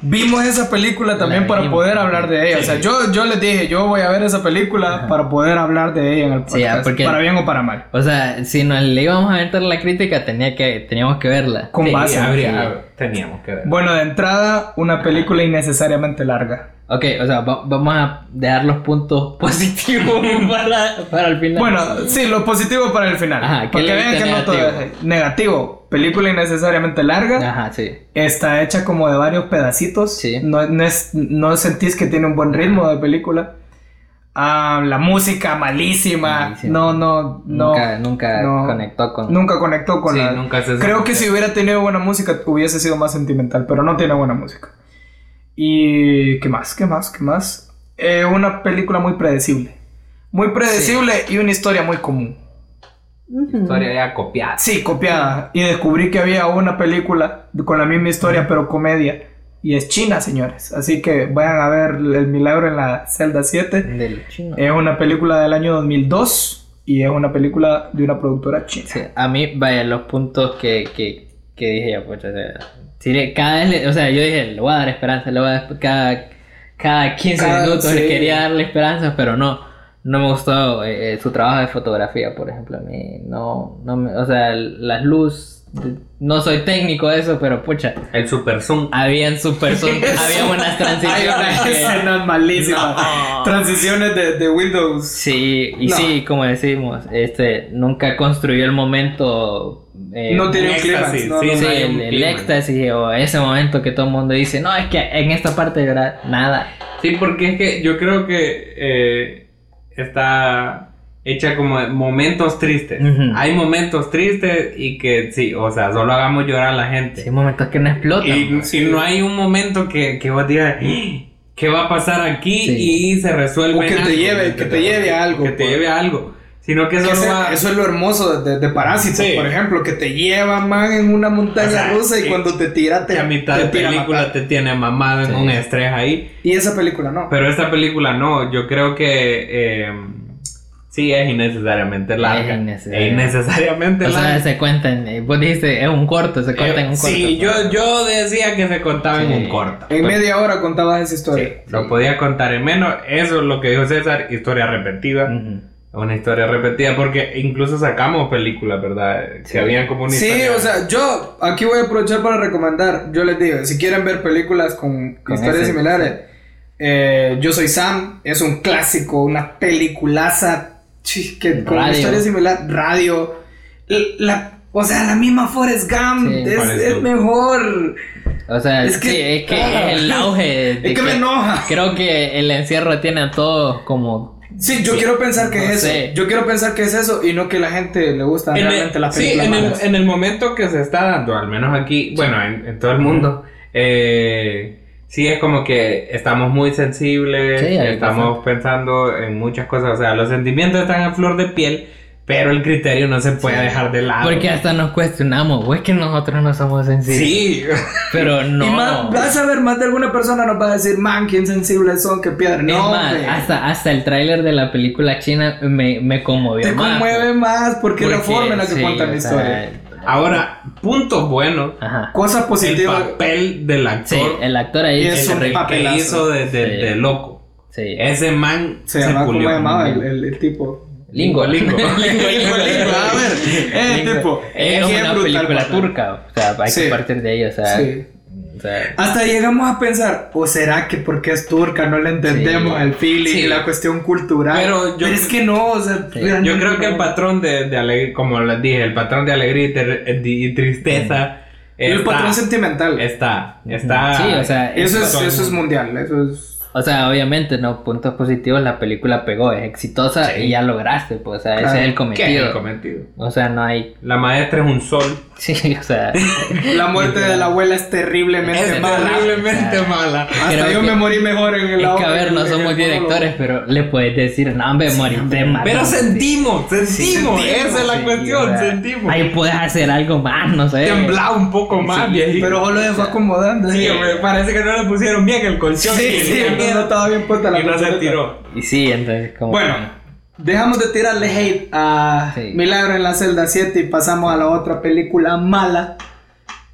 Vimos esa película también
La
para
vimos.
poder hablar de ella. O sea, yo, yo les dije, yo voy a ver esa película para poder hablar de ella en el podcast.
Sí, ah, porque-
Para bien o para mal.
O sea, si nos le íbamos a meter la crítica, tenía que, teníamos que verla.
Con
Sí,
base.
habría- teníamos que ver.
Bueno, de entrada, una película innecesariamente larga.
Ok, o sea, va- vamos a dejar los puntos positivos para, para el final.
Bueno, sí, lo positivo para el final.
Ajá, ¿qué
porque
le
vean
viste
que no todo
negativo?
es negativo. Película innecesariamente larga.
Ajá, sí.
Está hecha como de varios pedacitos.
Sí.
No, no es- no sentís que tiene un buen ritmo de película. Ah, la música malísima.
Malísima.
No, no, no.
nunca nunca
no.
conectó con...
Nunca conectó con
Sí,
la.
nunca se
Creo que si hubiera tenido buena música hubiese sido más sentimental, pero no tiene buena música. Y. ¿Qué más? ¿Qué más? ¿Qué más? Eh, una película muy predecible. Muy predecible y una historia muy común.
Historia ya copiada.
Sí, copiada. Y descubrí que había una película con la misma historia, pero comedia. Y es China, señores. Así que vayan a ver El Milagro en la Celda 7.
Del chino.
Es una película del año 2002 y es una película de una productora china.
Sí, a mí, vaya, los puntos que, que, que dije yo, pues, o sea, sí, le- cada vez, le- o sea, yo dije, le voy a dar esperanza, le voy a dar- cada, cada 15
Cada-
minutos
sí.
le quería darle esperanza, pero no, no me gustó eh, eh, su trabajo de fotografía, por ejemplo, a mí, no, no me- o sea, las luz, no soy técnico de eso, pero pucha,
El Super Zoom.
habían super, son- había unas
Hay
transiciones
unas
que-
escenas malísimas. Transiciones de, de Windows.
Sí, y
No.
sí, como decimos, este, nunca construyó el momento... eh,
No tiene un clímax.
éxtasis,
no,
sí.
no,
Sí,
no.
hay
el,
un
el
clima.
éxtasis o ese momento que todo el mundo dice, no, es que en esta parte era nada.
Sí, porque es que yo creo que eh, está hecha como de momentos tristes.
Ujú.
Hay momentos tristes y que sí, o sea, solo hagamos llorar a la gente.
Sí, hay momentos que no explotan.
y, y no hay un momento que, que vos digas, "Ah, ¿qué va a pasar aquí?
Sí.
Y se resuelve.
O que
en
te
algo".
lleve- que te lleve a algo,
Que te
pues.
lleve a algo. Sino que solo
Ese-
va.
Eso es lo hermoso de, de Parásitos,
Sí.
por ejemplo, que te lleva man en una montaña
O sea,
rusa y
que-
cuando te tira te
que a mitad
te
de
tira a
película
matar.
te tiene mamado
Sí.
en un estrés ahí.
Y esa película no.
Pero esta película no, yo creo que eh, sí es innecesariamente larga.
Es
Es
innecesaria.
innecesariamente
o sea,
larga.
se cuentan, eh, vos dijiste, es un corto, se corta
Eh,
en un corto.
sí, yo, yo decía que se contaba en
Sí.
un corto.
En media hora contabas esa historia.
Sí, Lo podía contar en menos. Eso es lo que dijo César, historia repetida.
Ujú.
Una historia repetida, porque incluso sacamos películas, ¿verdad? Que
Sí.
habían como una
Sí,
historia-
o sea, yo aquí voy a aprovechar para recomendar. Yo les digo, si quieren ver películas con,
Con
historias
ese,
similares, eh, Yo Soy Sam es un clásico, una peliculaza chi, que con
Radio.
historia similar, radio. l- La, o sea, la misma Forrest Gump
Sí.
es,
Forrest
es
Gump.
mejor.
O sea,
Es
sí,
que-
es que
ah.
es el auge. de- de
Es que me enoja.
Creo que el encierro tiene a todos como.
Sí, yo quiero pensar que
No
es
sé.
eso. Yo quiero pensar que es eso y no que la gente le gusta
En el-
realmente las
sí,
películas
en el,
malas.
en el momento que se está dando, al menos aquí, bueno, en, en todo el mundo, eh, sí es como que estamos muy sensibles,
Sí, hay
estamos pensando en muchas cosas, o sea, los sentimientos están a flor de piel, pero el criterio no se puede
Sí.
dejar de lado.
Porque hasta nos cuestionamos, o es que nosotros no somos sensibles.
Sí,
Pero no.
Y más, vas a ver, más de alguna persona nos va a decir, man, qué insensibles son, qué piedra.
es
No,
más,
hombre.
hasta, hasta el tráiler de la película china me, me conmovió.
te
más,
conmueve más porque, es la
Porque,
forma en la que
sí,
cuentan la
o sea,
historia.
ahora, punto bueno,
Ajá.
Cosas
el
positivas.
papel del
Sí,
actor
el actor ahí sí
Es un Eh,
se re-
papel.
que
papelazo.
hizo de, de-
Sí.
de loco.
sí.
Ese man
Se llamaba, ¿cómo
pulió.
llamaba el, el- el tipo?
Lingo,
Lingo.
lingo,
Lingo, lingo, a ver, eh,
Lingo.
tipo,
Es
qué
una
brutal
película
papel.
turca, o sea, hay
Sí.
que partir de ahí, o sea,
Sí.
O sea,
Hasta llegamos a pensar, o será que porque es turca no le entendemos
Sí.
el feeling
Sí.
y la cuestión cultural.
Pero yo-
es que no, o sea,
Sí.
realmente
Yo creo que el
no.
patrón de, de alegría, como les dije, el patrón de alegría y, ter- eh, y tristeza.
El
está-
patrón sentimental.
Está, está.
sí, o sea,
Ah, eso, es,
son-
eso es mundial, eso es.
O sea, obviamente, no, puntos positivos, la película pegó, es exitosa
Sí.
y ya lograste, pues, o sea,
Claro.
ese es el
¿Qué es el
cometido.
cometido?
O sea, no hay...
La maestra es un sol.
Sí, o sea,
La muerte de la abuela es terriblemente
Es
mala.
terriblemente
Claro.
mala.
Hasta
Creo
yo
que-
me morí mejor en el
es que a
en
ver,
el-
no
en
somos
el monólogo.
directores, pero le puedes decir, no, hombre, moriste más.
Pero sentimos, sentimos,
sentimos,
esa es la
Sí,
cuestión,
o sea,
sentimos.
Ahí puedes hacer algo más, no sé.
Temblá un poco más, viejito.
Pero solo se fue acomodando. eh.
Sí, me parece que no le pusieron bien el colchón.
Sí,
y-
sí,
y-
no estaba bien puesta la
y no se
colchoneta.
tiró.
Y sí, entonces como...
Bueno, dejamos de tirarle hate a
Sí.
Milagro en la celda 7 y pasamos a la otra película mala.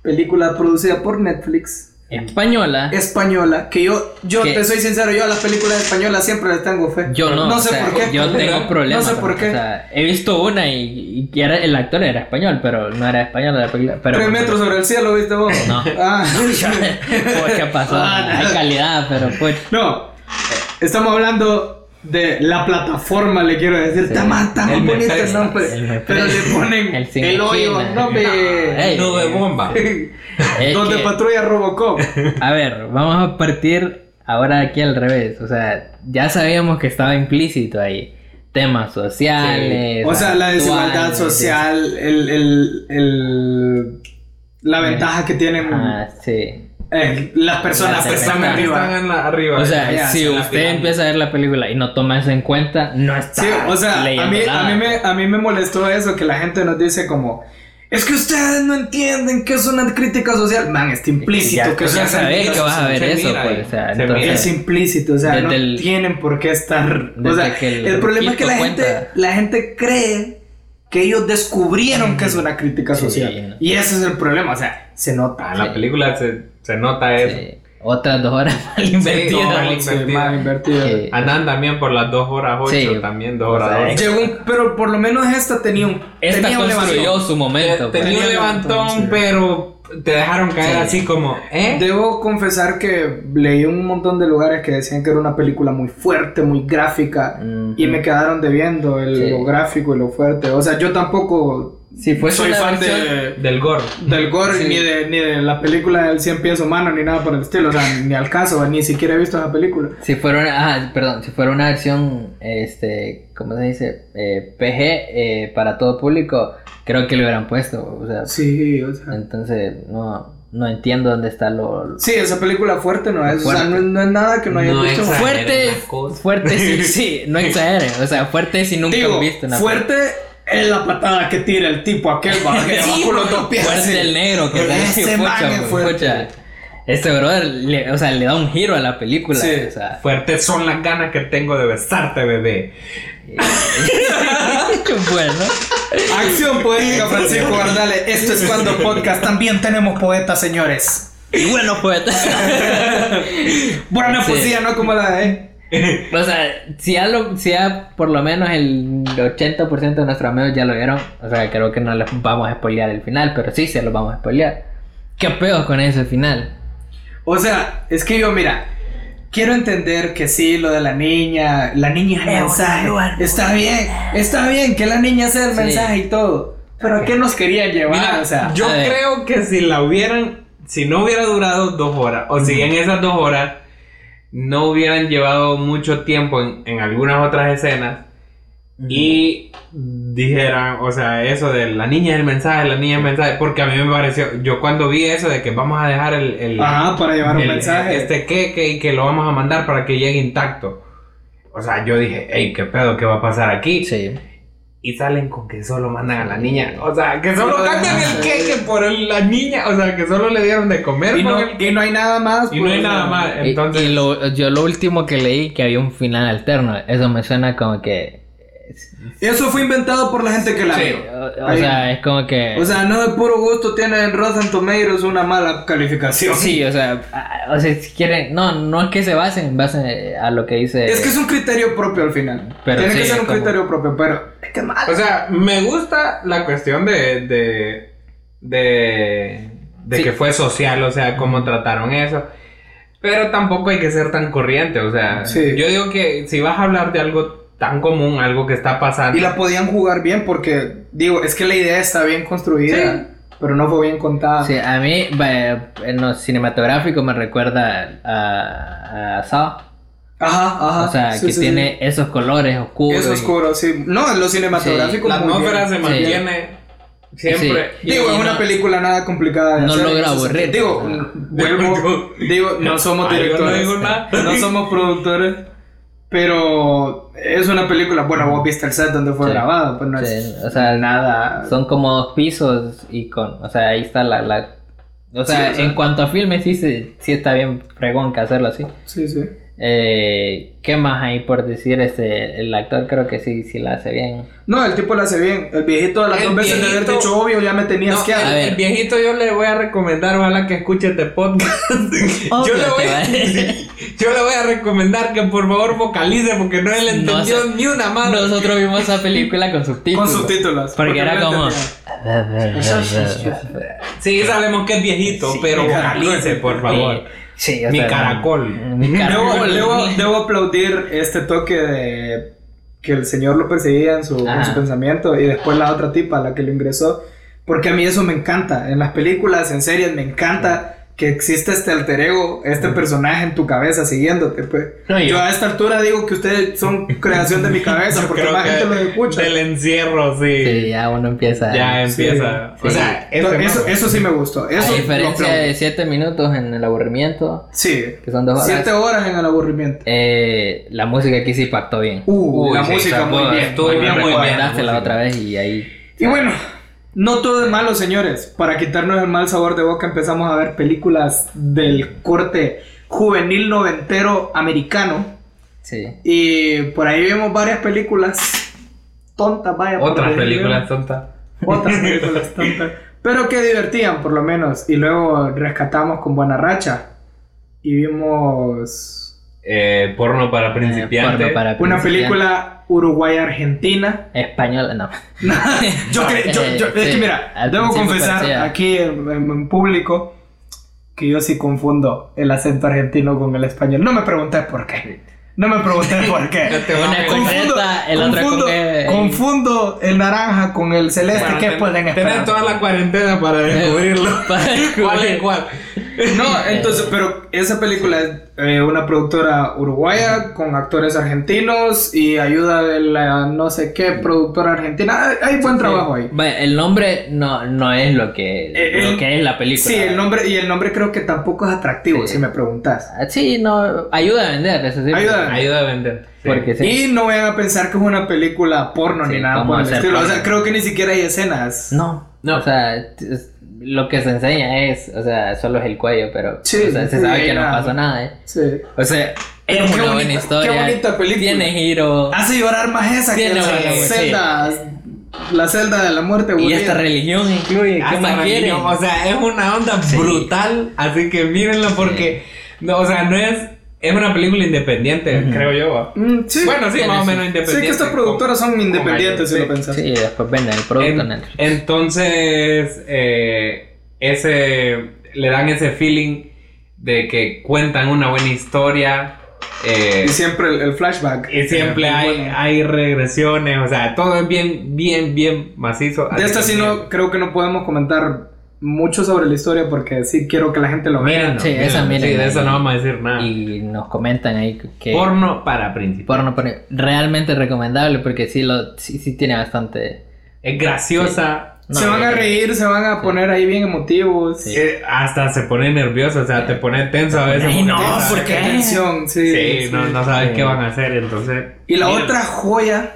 Película producida por Netflix,
Española.
española, que yo, yo
¿Qué?
te soy sincero, yo a las películas españolas siempre les tengo fe.
Yo no,
no
o
sé
sea,
por qué.
Yo
culera.
tengo problemas.
No sé por
con-
qué.
o sea, he visto una y, y era- el actor era español, pero no era español la película. Pero
Tres metros sobre el cielo, ¿viste vos?
No.
Ah.
Pues, ¿Qué pasó?
Ah, no.
Hay calidad, pero pues.
No, estamos hablando de la plataforma, le quiero decir. Está más, está más
El
bonito el
Mercedes,
este nombre.
el Mercedes.
pero le ponen
El
el,
cine
hoyo.
China.
No, me...
Ey,
No de bomba.
es
Donde
que-
patrulla Robocop.
A ver, vamos a partir ahora aquí al revés. O sea, ya sabíamos que estaba implícito ahí. Temas sociales.
O sea, la desigualdad
actuales,
social, el, el, el- la ventaja que tienen
Ah, sí.
eh, las personas
Las
que están
personas
Personas que están
arriba.
en la- arriba. eh.
O sea,
ya,
si
en la
usted
pirámide.
empieza a ver la película y no toma eso en cuenta, no está.
Sí, o sea, a
leyendo
mí, a,
nada.
mí me, a mí me molestó eso, que la gente nos dice como... Es que ustedes no entienden qué es una crítica social. Man, está implícito
Ya,
que
pues, ya
ustedes
sabes
entiendan
que vas a ver
se
eso,
mira
pues,
ahí,
o sea,
se
entonces-
mira.
Es implícito, o sea,
Desde
no
el-
tienen por qué estar. O
desde
sea,
que el
el, problema es que la
grupito
gente,
cuenta.
la gente cree que ellos descubrieron que es una crítica
Sí,
social.
no.
Y ese es el problema, o sea, se nota.
Ah, en la película se, se nota eso.
Sí, otras dos horas mal invertidas.
no, mal
Sí,
invertido.
mal invertido.
Sí.
Andan también por las 2 horas 8,
Sí.
también 2
O
horas
sea,
12.
Llegó un- pero por lo menos esta tenía un.
Esta
tenía un
construyó
levantón.
su momento. pues.
Tenía un levantón,
sí.
pero te dejaron caer
Sí.
así como, ¿eh?
Debo confesar que leí un montón de lugares que decían que era una película muy fuerte, muy gráfica.
Ujú.
Y me quedaron debiendo el,
Sí.
lo gráfico y lo fuerte. O sea, yo tampoco
Si fuese
soy
Pues una
fan
versión-
de,
Del gore.
del gore
Sí.
ni, de, ni de la película del 100 pies humano ni nada por el estilo, o sea, ni al caso, ni siquiera he visto esa película.
Si fuera una, ah, perdón, si fuera una versión, este, ¿cómo se dice? Eh, PG eh, para todo público, creo que lo hubieran puesto. O sea,
Sí, o sea.
entonces no, no entiendo dónde está lo.
Sí, esa película fuerte no es, o sea,
Fuerte.
no, es- no es nada que no haya
No
visto.
es-
Fuerte,
Exageren las cosas.
fuerte, sí, sí, no exageren. O sea, fuerte si nunca
Digo,
han visto una
fuerte es la patada que tira el tipo aquel, va, que
Sí,
va con los dos pies. así.
Fuerte el negro que
Pero
está
ese
pucha,
man es
pues,
fuerte.
pucha. Este brother, le- o sea, le da un giro a la película.
Sí.
O sea,
Fuertes son las ganas que tengo de besarte, bebé.
bueno.
Acción poética, Francisco Bardales. Esto es cuando podcast. También tenemos poetas, señores.
Y bueno, pues.
Buena
Sí.
poesía, no como la de.
o sea, si ya, lo, si ya por lo menos el 80% de nuestros amigos ya lo vieron, o sea, creo que no les vamos a spoilear el final, pero sí se lo vamos a spoilear. ¿Qué pedo con ese final?
O sea, es que yo, mira, quiero entender que sí, lo de la niña, la niña es el mensaje. está bien, está bien que la niña sea el
Sí.
mensaje y todo. Pero ¿a qué nos querían llevar?
Mira,
o sea,
yo
a ver.
creo que si la hubieran, si no hubiera durado dos horas, o si en esas dos horas no hubieran llevado mucho tiempo en, en algunas otras escenas y dijeran, o sea, eso de la niña es el mensaje, la niña es el mensaje, porque a mí me pareció, yo cuando vi eso de que vamos a dejar el, el-
ajá, para llevar un
el-
mensaje.
este queque y que lo vamos a mandar para que llegue intacto. O sea, yo dije, hey, qué pedo, qué va a pasar aquí
Sí.
y salen con que solo mandan a la niña. O sea, que solo
Sí.
cambian el queque por el- la niña. O sea, que solo le dieron de comer.
y,
con
no,
el-
y no hay nada más.
y no
pues,
hay
o sea,
nada más.
Y-
Entonces,
Y, lo- yo lo último que leí que había un final alterno, eso me suena como que.
Eso fue inventado por la gente que la
Sí.
vio.
O, o
Ahí.
sea, es como que.
O sea, no de puro gusto tienen Rotten Tomatoes una mala calificación.
Sí, o sea, a- o sea, si quieren, no, no es que se basen, en base a lo que dice.
Es que es un criterio propio al final.
Pero
Tiene
sí,
que ser un
como-
criterio propio, pero es que es malo.
o sea, me gusta la cuestión de. de. de. de
Sí.
que fue social, o sea, cómo trataron eso. Pero tampoco hay que ser tan corriente, o sea,
Sí.
yo digo que si vas a hablar de algo tan común, algo que está pasando,
Y la podían jugar bien porque, digo, es que la idea está bien construida, pero no fue bien contada.
Sí, a mí, vaya, en lo cinematográfico me recuerda a, a Saw.
Ajá, ajá.
o sea,
Ah, sí,
que
sí,
tiene esos colores
sí.
oscuros.
Es oscuro, sí. No, en lo cinematográfico.
la
muy bien.
atmósfera se
Sí.
mantiene siempre.
Sí.
Digo,
Y-
es
y
una
no-
película nada complicada de
no
hacer,
logra Ah.
entonces,
aburrirte,
Digo,
o sea.
vuelvo, digo, no somos
Ah, yo no
directores.
digo nada.
no somos productores. Pero es una película, bueno, vos viste el set donde fue
Sí.
grabado, pues no
Sí,
es
o sea,
nada.
Son como dos pisos y con, o sea, ahí está la, la- o sea,
Sí, o sea-
en cuanto a filmes sí, se- sí está bien fregón que hacerlo así.
Sí, sí.
Eh, ¿Qué más hay por decir? Este, el actor creo que sí, sí la hace bien.
No, el tipo la hace bien. El viejito a las
El
dos veces de haber
viejito-
dicho obvio ya me tenías
No,
que
a
el,
ver.
el viejito yo le voy a recomendar, ojalá que escuche este podcast. yo,
Obvio
le voy,
que va.
sí, yo le voy a recomendar que por favor vocalice porque no le
No
entendió ni una mano.
Nosotros vimos esa película con
con
subtítulos.
subtítulos.
Porque era
no
como...
entendía.
Sí, sabemos que es viejito,
Sí,
pero
sí,
vocalice, por favor.
Sí, o
Mi
sea,
caracol.
Mi
Debo,
caracol.
debo- debo aplaudir este toque de que el señor lo perseguía en su, en
Ajá.
su pensamiento y después la otra tipa, la que lo ingresó, porque a mí eso me encanta, en las películas, en series, me encanta que exista este alter ego, este personaje en tu cabeza siguiéndote. Pues.
No, y-
Yo a esta altura digo que ustedes son creación de mi cabeza
Yo
porque
creo
más
que
gente los escucha.
Del encierro, sí.
Sí, ya uno empieza...
Ya
Sí,
empieza.
sí.
O sea,
No,
este
eso,
mapa.
eso sí me gustó. Eso
a
lo
diferencia
aplaudo.
de 7 minutos en el aburrimiento,
Sí,
que son dos horas,
siete horas en el aburrimiento.
eh, la música aquí sí pactó bien.
Uh,
Uy,
la
sí,
música
está
muy
bueno,
bien.
estuvo
muy
bien,
bien
muy
jugada.
bien.
Recomendaste la otra vez y ahí...
Y bueno, no todo es malo, señores. Para quitarnos el mal sabor de boca, empezamos a ver películas del corte juvenil noventero americano.
Sí.
Y por ahí vemos varias películas tontas, vaya. por
Otras
decirlo.
películas tontas.
Otras películas tontas. Pero que divertían, por lo menos. Y luego rescatamos con buena racha. Y vimos
Eh, porno para principiantes.
porno para
una
principiantes.
película Uruguay-Argentina.
Española, no.
yo creo, yo, yo- es
Sí,
que mira,
al
debo
principio
confesar
parecía.
aquí en, en- en público que yo sí confundo el acento argentino con el español. No me pregunté por qué. No me pregunté por
Ya
qué.
te van a
Una
contar.
cosa- Completa, el otro
confundo,
con eh, que-
confundo el naranja con el celeste.
Bueno,
¿Qué
ten-
pueden
Tenés
esperar?
toda la cuarentena para descubrirlo.
Para
¿Cuál es
descubrir.
cuál?
No, entonces, Eh, pero esa película es eh, una productora uruguaya con actores argentinos y ayuda de la no sé qué productora argentina. Hay, hay buen trabajo ahí.
Vaya, El nombre no, no es lo que,
Eh,
lo
el-
que es la película.
Sí, el nombre, y el nombre creo que tampoco es atractivo,
Sí.
si me preguntas.
Ah, Sí, no, ayuda a vender, eso sí.
Ayuda a vender.
Ayuda a vender. Sí.
Porque sí.
Y no vayan a pensar que es una película porno
Sí,
ni nada
¿cómo
por el
hacer
estilo. O sea,
porno?
creo que ni siquiera hay escenas.
No, no. O sea, t- es- lo que se enseña es, o sea, solo es el cuello, pero
Sí,
o sea, se
sí,
sabe que no
nada.
pasó nada, ¿eh?
Sí.
O sea,
Pero
es
qué
una buena
bonita-
historia.
qué bonita película. Ah,
Tiene giro.
Hace llorar más esa que
Tiene
la
buena, güey, sí.
celda. La celda de la muerte,
y
güey.
esta religión incluye. ¿Qué
Hasta
más
Ramiro,
quieren?
O sea, es una onda brutal. Así que mírenla porque. No, o sea, no es. Es una película independiente, creo yo. ¿va?
Mm, sí.
Bueno, sí,
Tiene
más o
su-
menos
sí
independiente.
que estas productoras son
con-
independientes,
con
si lo
ayuda, sí.
pensás.
Sí, después venden el producto
En-
en Netflix.
entonces, eh, ese. Le dan ese feeling de que cuentan una buena historia. eh,
Y siempre el, el flashback.
y siempre
Muy
hay,
bueno.
hay regresiones, o sea, todo es bien, bien, bien macizo.
De
así
esta
que
sí
miren.
no, creo que no podemos comentar mucho sobre la historia porque sí quiero que la gente lo vea.
Mírenlo,
Sí,
mírenlo,
esa
sí,
mírenla.
de eso no vamos a decir nada.
Y nos comentan ahí que.
Porno para principiantes.
Eh, porno, pero realmente recomendable porque sí, lo, sí, sí tiene bastante.
Es graciosa.
No,
se van a
no,
reír, se van a poner ahí bien emotivos.
Sí.
eh, hasta se pone nervioso, o sea, te pone tenso a veces.
Ay,
porque
no,
sabes-
Ah, ¿por qué?
Tensión, sí.
Sí, no, no sabes
Sí.
qué van a hacer, entonces.
Y la
Mira,
otra joya,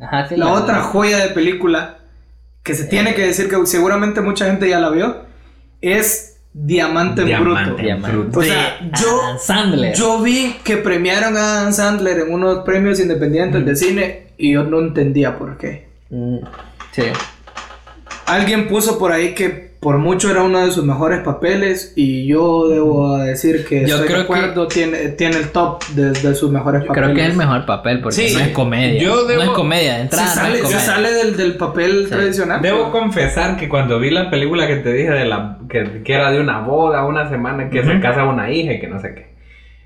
Ajá, sí,
la otra joya de película que se tiene que decir que seguramente mucha gente ya la vio es Diamante, en
Diamante.
Bruto.
Diamante.
O sea,
De
yo-
Adam Sandler.
Yo vi que premiaron a Adam Sandler en unos premios
Mm.
independientes de cine y yo no entendía por qué.
Mm, Sí.
Alguien puso por ahí que por mucho era uno de sus mejores papeles y yo debo decir que
Mm. Yo
estoy
creo
de acuerdo, tiene, tiene el top de, de sus mejores
Yo
papeles.
creo que es el mejor papel porque
Sí,
no es comedia.
yo debo-
No es comedia, de entrada.
se
no
sale,
es
se
comedia.
sale del, del papel
Sí.
tradicional.
Debo confesar que cuando vi la película que te dije de la que, que era de una boda, una semana que se
Ujú.
casa una hija y que no sé qué.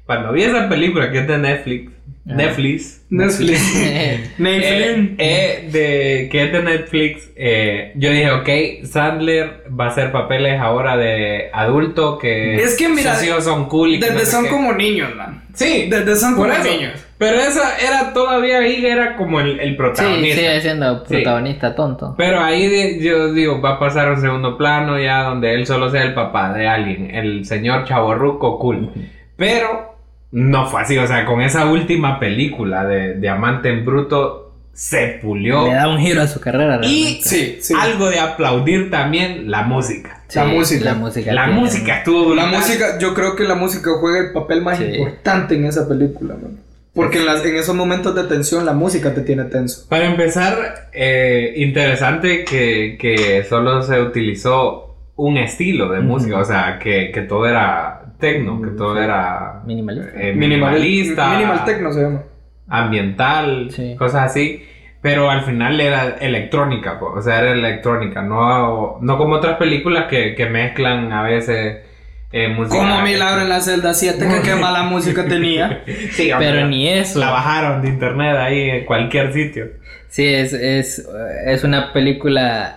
Cuando vi esa película que es de Netflix,
Ajá.
Netflix,
Netflix.
eh,
Netflix.
eh, de, que es de Netflix, eh, yo dije, ok, Sandler va a hacer papeles ahora de adulto que
Es que, mira,
sus hijos son cool y que no
Desde
sé
son
qué.
como niños, man.
Sí,
Desde son
por
como
eso.
niños.
Pero esa era todavía ahí, era como el, el
Sí,
protagonista.
sigue siendo
Sí.
protagonista tonto.
Pero ahí de- yo digo, va a pasar a un segundo plano ya donde él solo sea el papá de alguien, el señor chaborruco cool. Pero no fue así, o sea, con esa última película de Diamante en Bruto se pulió.
Le da un giro a su carrera.
Y
realmente.
Sí, sí.
algo de aplaudir también la música.
Sí,
la música.
La música.
La
tiene-
música estuvo
La
brutal.
música, yo creo que la música juega el papel más
Sí.
importante en esa película, man. Porque en, las- en esos momentos de tensión la música te tiene tenso.
Para empezar, eh, interesante que, que solo se utilizó un estilo de
Ujú.
música, o sea, que, que todo era tecno, que
Mm,
todo
sí.
era
Minimalista.
eh, minimalista,
Minimal techno se llama.
ambiental,
Sí.
cosas así. Pero al final era electrónica, po, o sea, era electrónica, no, no como otras películas que, que mezclan a veces eh, música.
Como milagro en la celda 7, que qué mala música tenía.
Sí, hombre,
Pero ni eso.
La bajaron de internet ahí en cualquier sitio.
Sí, es, es, es una película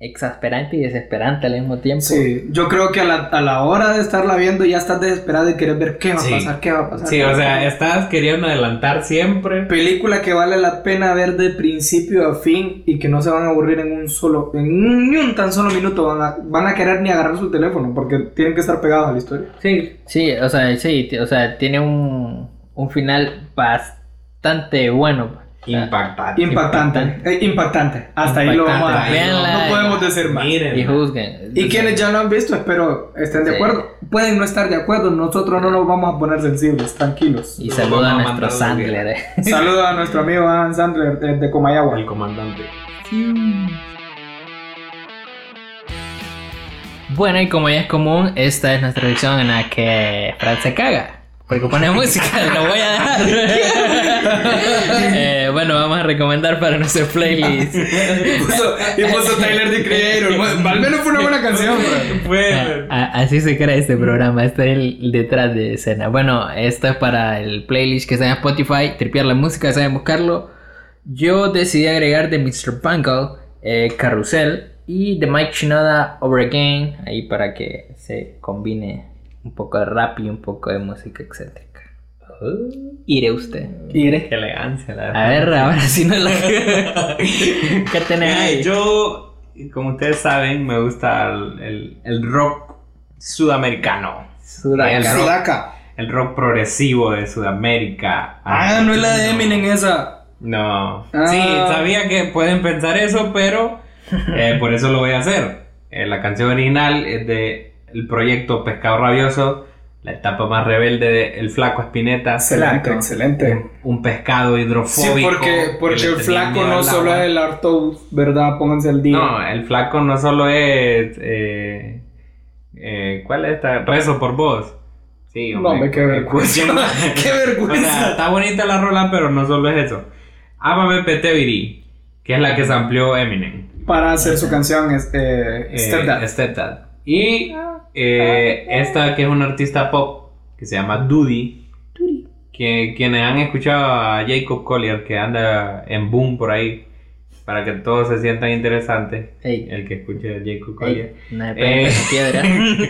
exasperante y desesperante al mismo tiempo.
Sí, yo creo que a la, a la hora de estarla viendo ya estás desesperado y quieres ver qué va a
Sí.
pasar, qué va a pasar.
Sí,
qué va
o
a
sea,
pasar.
estás queriendo adelantar siempre.
película que vale la pena ver de principio a fin y que no se van a aburrir en un solo, en un, ni un tan solo minuto van a, van a querer ni agarrar su teléfono porque tienen que estar pegados a la historia.
Sí.
Sí, o sea, sí, t- o sea, tiene un, un final bastante bueno.
Ah, Impactante.
Impactante, eh, impactante. Hasta ahí lo vamos a
Impactante. Véanla.
No podemos decir más.
Y
Miren.
juzguen.
Y quienes ya lo han visto, espero estén de
Sí.
acuerdo. Pueden no estar de acuerdo, nosotros no nos vamos a poner sensibles, tranquilos.
Y
Nos
saluda
vamos
a
a
nuestro
mandar a la
Sandler. eh.
Saludos a nuestro amigo Adam Sandler eh, de, de Comayagua.
El comandante.
Bueno, y como ya es común, esta es nuestra sección en la que Fran se caga. Porque pone música, lo voy a dejar. Eh, bueno, vamos a recomendar para nuestro playlist.
Y puso, y puso Tyler the Creator. Bueno, Al menos fue una buena canción, bro.
A-
Fue.
a- Así se crea este programa, este es el detrás de escena. Bueno, esto es para el playlist que está en Spotify, tripear la música, saben buscarlo. Yo decidí agregar de Mr. Bungle, eh, Carrusel y de Mike Shinoda Over Again, ahí para que se combine un poco de rap y un poco de música excéntrica. Iré usted.
Qué elegancia, la
A ver, ahora sí no la... ¿Qué tenés
Eh,
ahí?
Yo, como ustedes saben, me gusta el, el- el rock sudamericano.
Sudaca.
El rock.
Sudaca.
El rock progresivo de Sudamérica.
Ah, no es la de Eminem esa.
No.
Ah.
Sí, sabía que pueden pensar eso, pero eh, por eso lo voy a hacer. Eh, la canción original es de el proyecto Pescado Rabioso, la etapa más rebelde de El Flaco Espineta.
Excelente,
Un,
excelente.
un pescado
Sí,
hidrofóbico.
porque,
que
porque
le
el
tenía
flaco
miedo al
no
agua.
solo es el Artous, ¿verdad? Pónganse al día.
No, el flaco no solo es. eh, eh, ¿Cuál es esta? Rezo por vos. Sí,
No, hombre, qué vergüenza. qué
O sea,
vergüenza.
está bonita la rola, pero no solo es eso. Ámame Peteviri, que es la que amplió Eminem.
Para hacer su canción, este.
Eh,
Step Dad.
Stepdad. Y eh, esta que es una artista pop, que se llama Dudy. Que quienes han escuchado a Jacob Collier, que anda en boom por ahí, para que todos se sientan interesantes.
Ey,
El que escuche a Jacob Collier.
ey, una de
Eh.
piedra.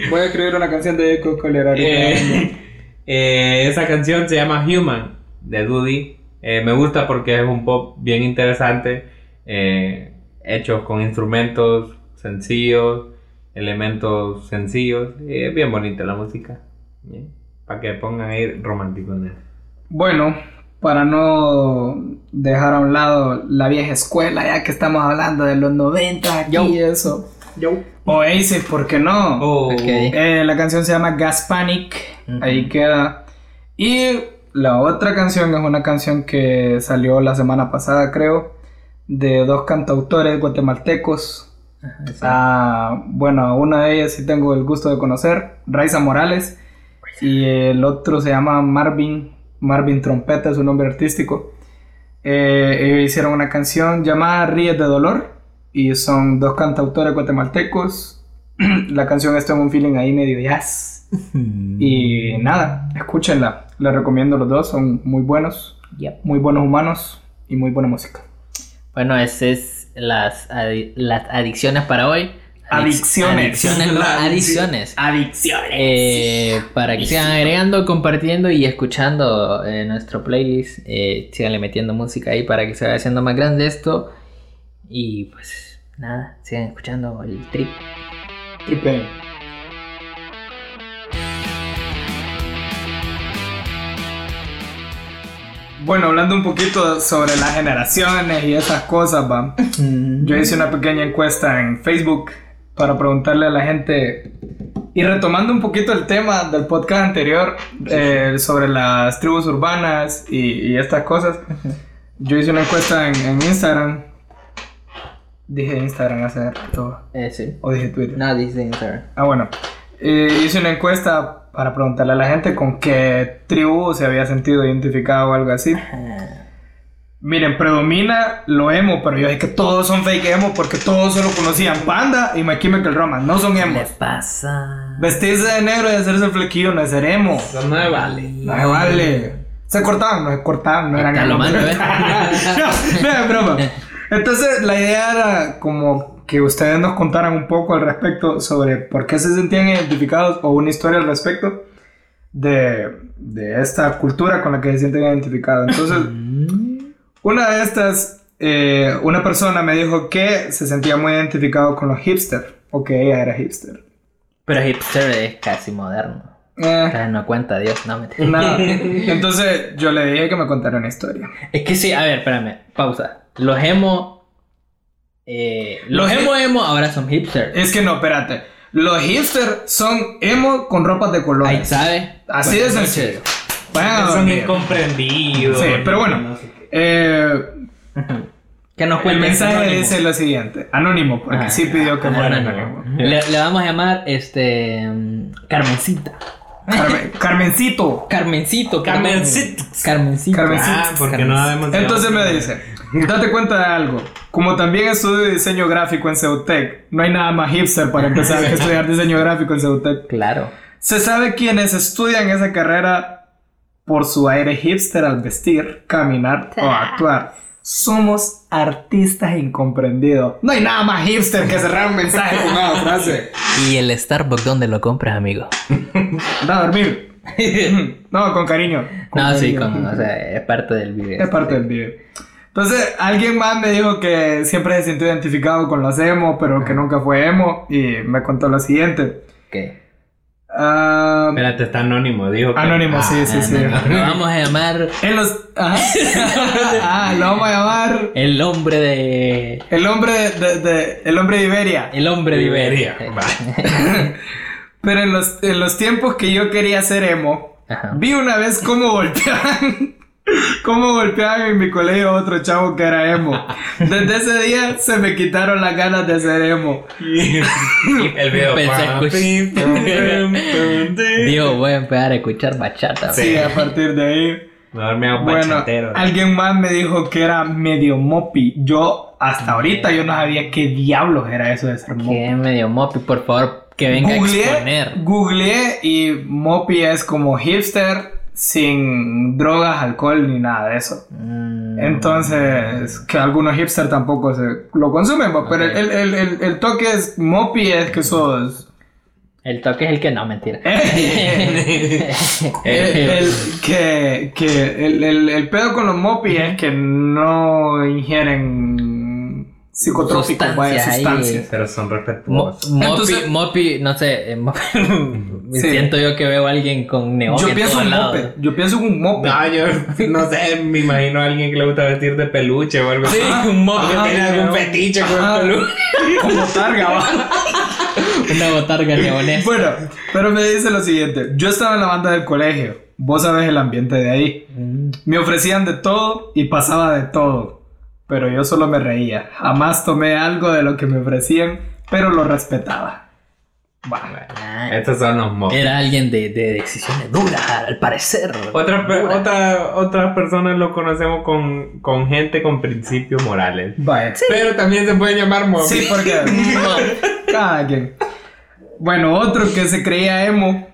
Voy a escribir una canción de Coco Colera.
Eh, eh, esa canción se llama Human de Dudy. Eh, me gusta porque es un pop bien interesante, eh, hecho con instrumentos sencillos, elementos sencillos. Eh, Es bien bonita la música. Para que pongan ahí romántico. ¿no?
Bueno, para no dejar a un lado la vieja escuela, ya que estamos hablando de los 90 aquí y eso. Oasis, ¿por qué no?
O-
Ok.
Eh, la canción se llama Gas Panic,
Ujú.
ahí queda. Y la otra canción es una canción que salió la semana pasada, creo, de dos cantautores guatemaltecos
Ajá, sí.
Ah, bueno, una de ellas sí tengo el gusto de conocer, Raiza Morales. Y el otro se llama Marvin, Marvin Trompeta, es su nombre artístico. Eh, ellos hicieron una canción llamada Ríes de Dolor. Y son dos cantautores guatemaltecos. La canción está en un feeling ahí medio jazz. Mm. Y nada, escúchenla. Les recomiendo los dos, son muy buenos,
Yep.
muy buenos humanos y muy buena música.
Bueno, esas es las, adi- las adicciones para hoy. Adic-
Adicciones.
Adicciones, no,
La-
adicciones.
Adicciones.
Eh, para que sigan agregando, compartiendo y escuchando eh, nuestro playlist. Eh, síganle metiendo música ahí para que se vaya haciendo más grande esto. Y pues nada, sigan escuchando el trip.
Tripe. Bueno, hablando un poquito sobre las generaciones y esas cosas, va. Yo hice una pequeña encuesta en Facebook para preguntarle a la gente. Y retomando un poquito el tema del podcast anterior eh, sobre las tribus urbanas y, y estas cosas, yo hice una encuesta en, en Instagram. Dije Instagram hace rato.
Eh, sí.
O dije Twitter.
No, dice Instagram.
Ah, bueno. Eh, hice una encuesta para preguntarle a la gente con qué tribu se había sentido identificado o algo así.
Ah,
Miren, predomina lo emo, pero yo dije que todos son fake emo porque todos solo conocían Panda y My Chemical Romance. No son
¿Qué
emos.
pasa?
Vestirse de negro y hacerse el flequillo no es ser emo.
Eso no me vale.
No se vale. Se cortaban, no se cortaban, no eran
Está lo
emos.
malo, ¿eh?
no, no, es broma. Entonces, la idea era como que ustedes nos contaran un poco al respecto sobre por qué se sentían identificados o una historia al respecto de, de esta cultura con la que se sienten identificados. Entonces, una de estas, eh, una persona me dijo que se sentía muy identificado con los hipsters o que ella era hipster.
Pero hipster es casi moderno.
Eh,
Ah, No cuenta, Dios, no me
nada. Entonces, yo le dije que me contara una historia.
Es que sí, a ver, espérame, pausa. Los emo. eh, los emo emo ahora son hipsters.
Es que no, espérate. Los hipsters son emo con ropas de
Ahí
colores.
sabes.
Así de sencillo. Vayan a
Son
dormir.
incomprendidos.
Ah, Sí, pero bueno.
No sé qué.
Eh,
Que nos
el
cuente.
mensaje
Anónimo.
dice lo siguiente. Anónimo, porque
Ah,
sí pidió que
ah, no,
fuera
no,
anónimo.
no. Le, le vamos a llamar este mm, Carmencita.
Carmen- Carmencito.
Carmencito, perdón.
Carmencito.
Carmencito.
Carmencito.
Ah, porque no sabemos.
Entonces me dice, date cuenta de algo. Como también estudio diseño gráfico en Ceutec, no hay nada más hipster para empezar que estudiar diseño gráfico en Ceutec.
Claro.
Se sabe quienes estudian esa carrera por su aire hipster al vestir, caminar o actuar. Somos artistas incomprendidos. No hay nada más hipster que cerrar un mensaje con una frase.
Y el Starbucks, ¿dónde lo compras, amigo?
Da a dormir. No, con cariño. con
no, sí,
cariño.
con, o sea, es parte del video.
Es parte del video. Entonces, alguien más me dijo que siempre se sintió identificado con los emo, pero que nunca fue emo, y me contó lo siguiente.
Ok.
Ah,
Espérate, está anónimo, dijo. que-
anónimo, sí, sí, sí.
Ah, no, no, Lo vamos a llamar
En los... Ajá. ah, lo vamos a llamar
el hombre de.
el hombre de, de- el hombre de Iberia.
El hombre de Iberia.
Va.
Pero en los, en los tiempos que yo quería ser emo,
Ajá.
vi una vez cómo golpeaban... Cómo golpeaban en mi colegio a otro chavo que era emo. Desde ese día se me quitaron las ganas de ser emo.
El video.
Pensé Digo, voy a empezar a escuchar bachata.
Sí, a partir de ahí.
Mejor me hago
Bueno,
bachatero.
alguien más me dijo que era medio mopi. Yo, hasta ahorita, yo no sabía qué diablos era eso de ser mopi.
Que medio mopi, por favor, que venga a
Googleé,
exponer.
googleé y mopi es como hipster sin drogas, alcohol ni nada de eso.
Mm,
Entonces, que algunos hipster tampoco se lo consumen, pues, pero
Ok.
el, el- el- el toque es mopi es que sos...
El toque es el que no, mentira.
eh, El, el- que que el, el- el pedo con los mopis es que no ingieren psicotrópicos, vaya,
Sustancias ahí.
sustancias.
Pero son
Mo-
respetuosos.
Mopi,
eh, Entonces-
Mopi, no sé, eh, Mopi-
Sí.
siento yo que veo a alguien con neón
Yo
en
pienso
todos
un
lados.
mope, yo pienso un mope.
No, Ah, yo no sé, me imagino a alguien que le gusta vestir de peluche o algo
Sí, un mopi,
Que tiene algún fetiche con
Ah.
el peluche.
como targa, va.
una botarga leonesa.
Bueno, pero me dice lo siguiente, yo estaba en la banda del colegio, vos sabes el ambiente de ahí. Me ofrecían de todo y pasaba de todo. pero yo solo me reía. Jamás tomé algo de lo que me ofrecían, pero lo respetaba. Bah.
Ah,
Estos son los mocos.
Era alguien de, de decisiones duras, al parecer.
Otra, per-
Duras.
otra, otra persona lo conocemos con, con gente con principios morales.
Vaya.
Pero también se pueden llamar mocos.
Sí, porque. Cada quien. Bueno, otro que se creía emo.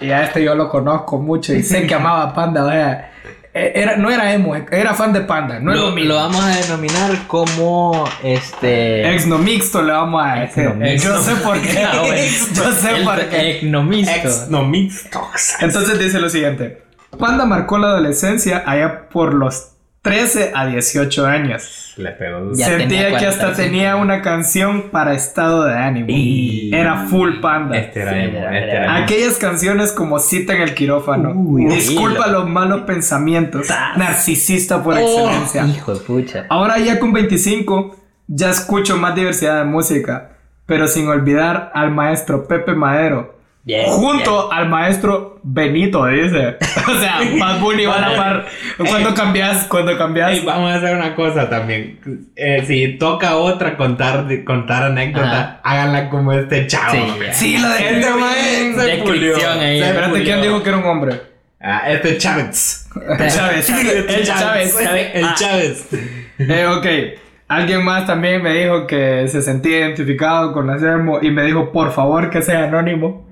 Y a este yo lo conozco mucho y sé que amaba Panda. O sea, e- era, no era emo, era fan de Panda. No es lo
Lo,
mismo.
lo vamos a denominar como este.
Exno mixto le vamos a decir.
Exnomixto.
Yo sé por qué.
Ah, bueno.
Yo sé
el
por qué.
Tecnomisto.
Ex no mixtos.
Entonces dice lo siguiente. Panda marcó la adolescencia allá por los 13 a 18 años.
Le pegó duro.
Ya
Sentía
tenía
que hasta
45.
tenía una canción para estado de ánimo.
Y-
Era full panda.
Este era
Sí,
emo,
era-
este
era- Ah,
era emo.
Aquellas canciones como Cita en el quirófano.
Uy,
Disculpa
hilo.
los malos pensamientos. Narcisista
Oh,
por excelencia.
Hijo de pucha.
Ahora ya con 25 ya escucho más diversidad de música, pero sin olvidar al maestro Pepe Madero.
Bien,
junto al maestro Benito, dice. O sea, más Bunny va a la par. Cuando cambias, cuando cambias.
Ey, vamos a hacer una cosa también. Eh, si toca otra contar, contar anécdota, háganla como este chavo.
Sí, ya.
Sí, lo de
Este mae se
Descripción
pulió.
ahí.
Se
Espérate,
pulió.
¿quién dijo que era un hombre?
Ah, este Chávez.
El Chávez. El Chávez. Ah.
El Chávez.
Eh, ok. Alguien más también me dijo que se sentía identificado con la emo y me dijo, por favor, que sea anónimo.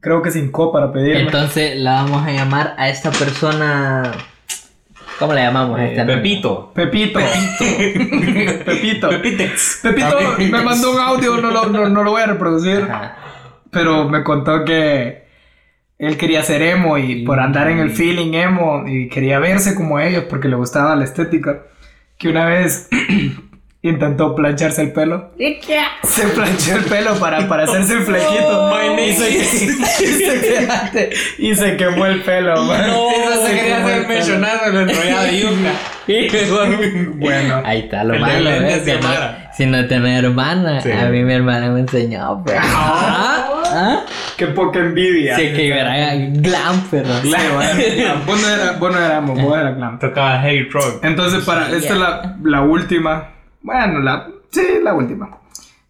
Creo que sin co para pedirme.
Entonces la vamos a llamar a esta persona. ¿Cómo la llamamos? Este, a
este
esta noche?
Eh, Pepito.
Pepito. Pepito.
Pepitex.
Pepito
También.
me mandó un audio, no lo, no- no lo voy a reproducir,
Ajá.
pero me contó que él quería ser emo y por andar en el feeling emo y quería verse como ellos porque le gustaba la estética, que una vez intentó plancharse el pelo. Se planchó el pelo para, para hacerse el flequito. y, se, y se quemó el pelo. man.
No se quería
quemó el
hacer
pelo.
mencionado el enrollado de yuca.
Bueno.
Ahí está lo
El de
malo, ¿ves?
lentes de
Que no-
Mara.
Si no tener hermana,
Sí.
a mí mi hermana me enseñó, pero. ¿Ah?
Qué poca envidia.
Sí, que era glam, pero.
Bueno, vos no era- vos no éramos, vos eras glam.
Tocaba Hey Rock.
Entonces, para, esta es la, la última. Bueno, la, sí, la última.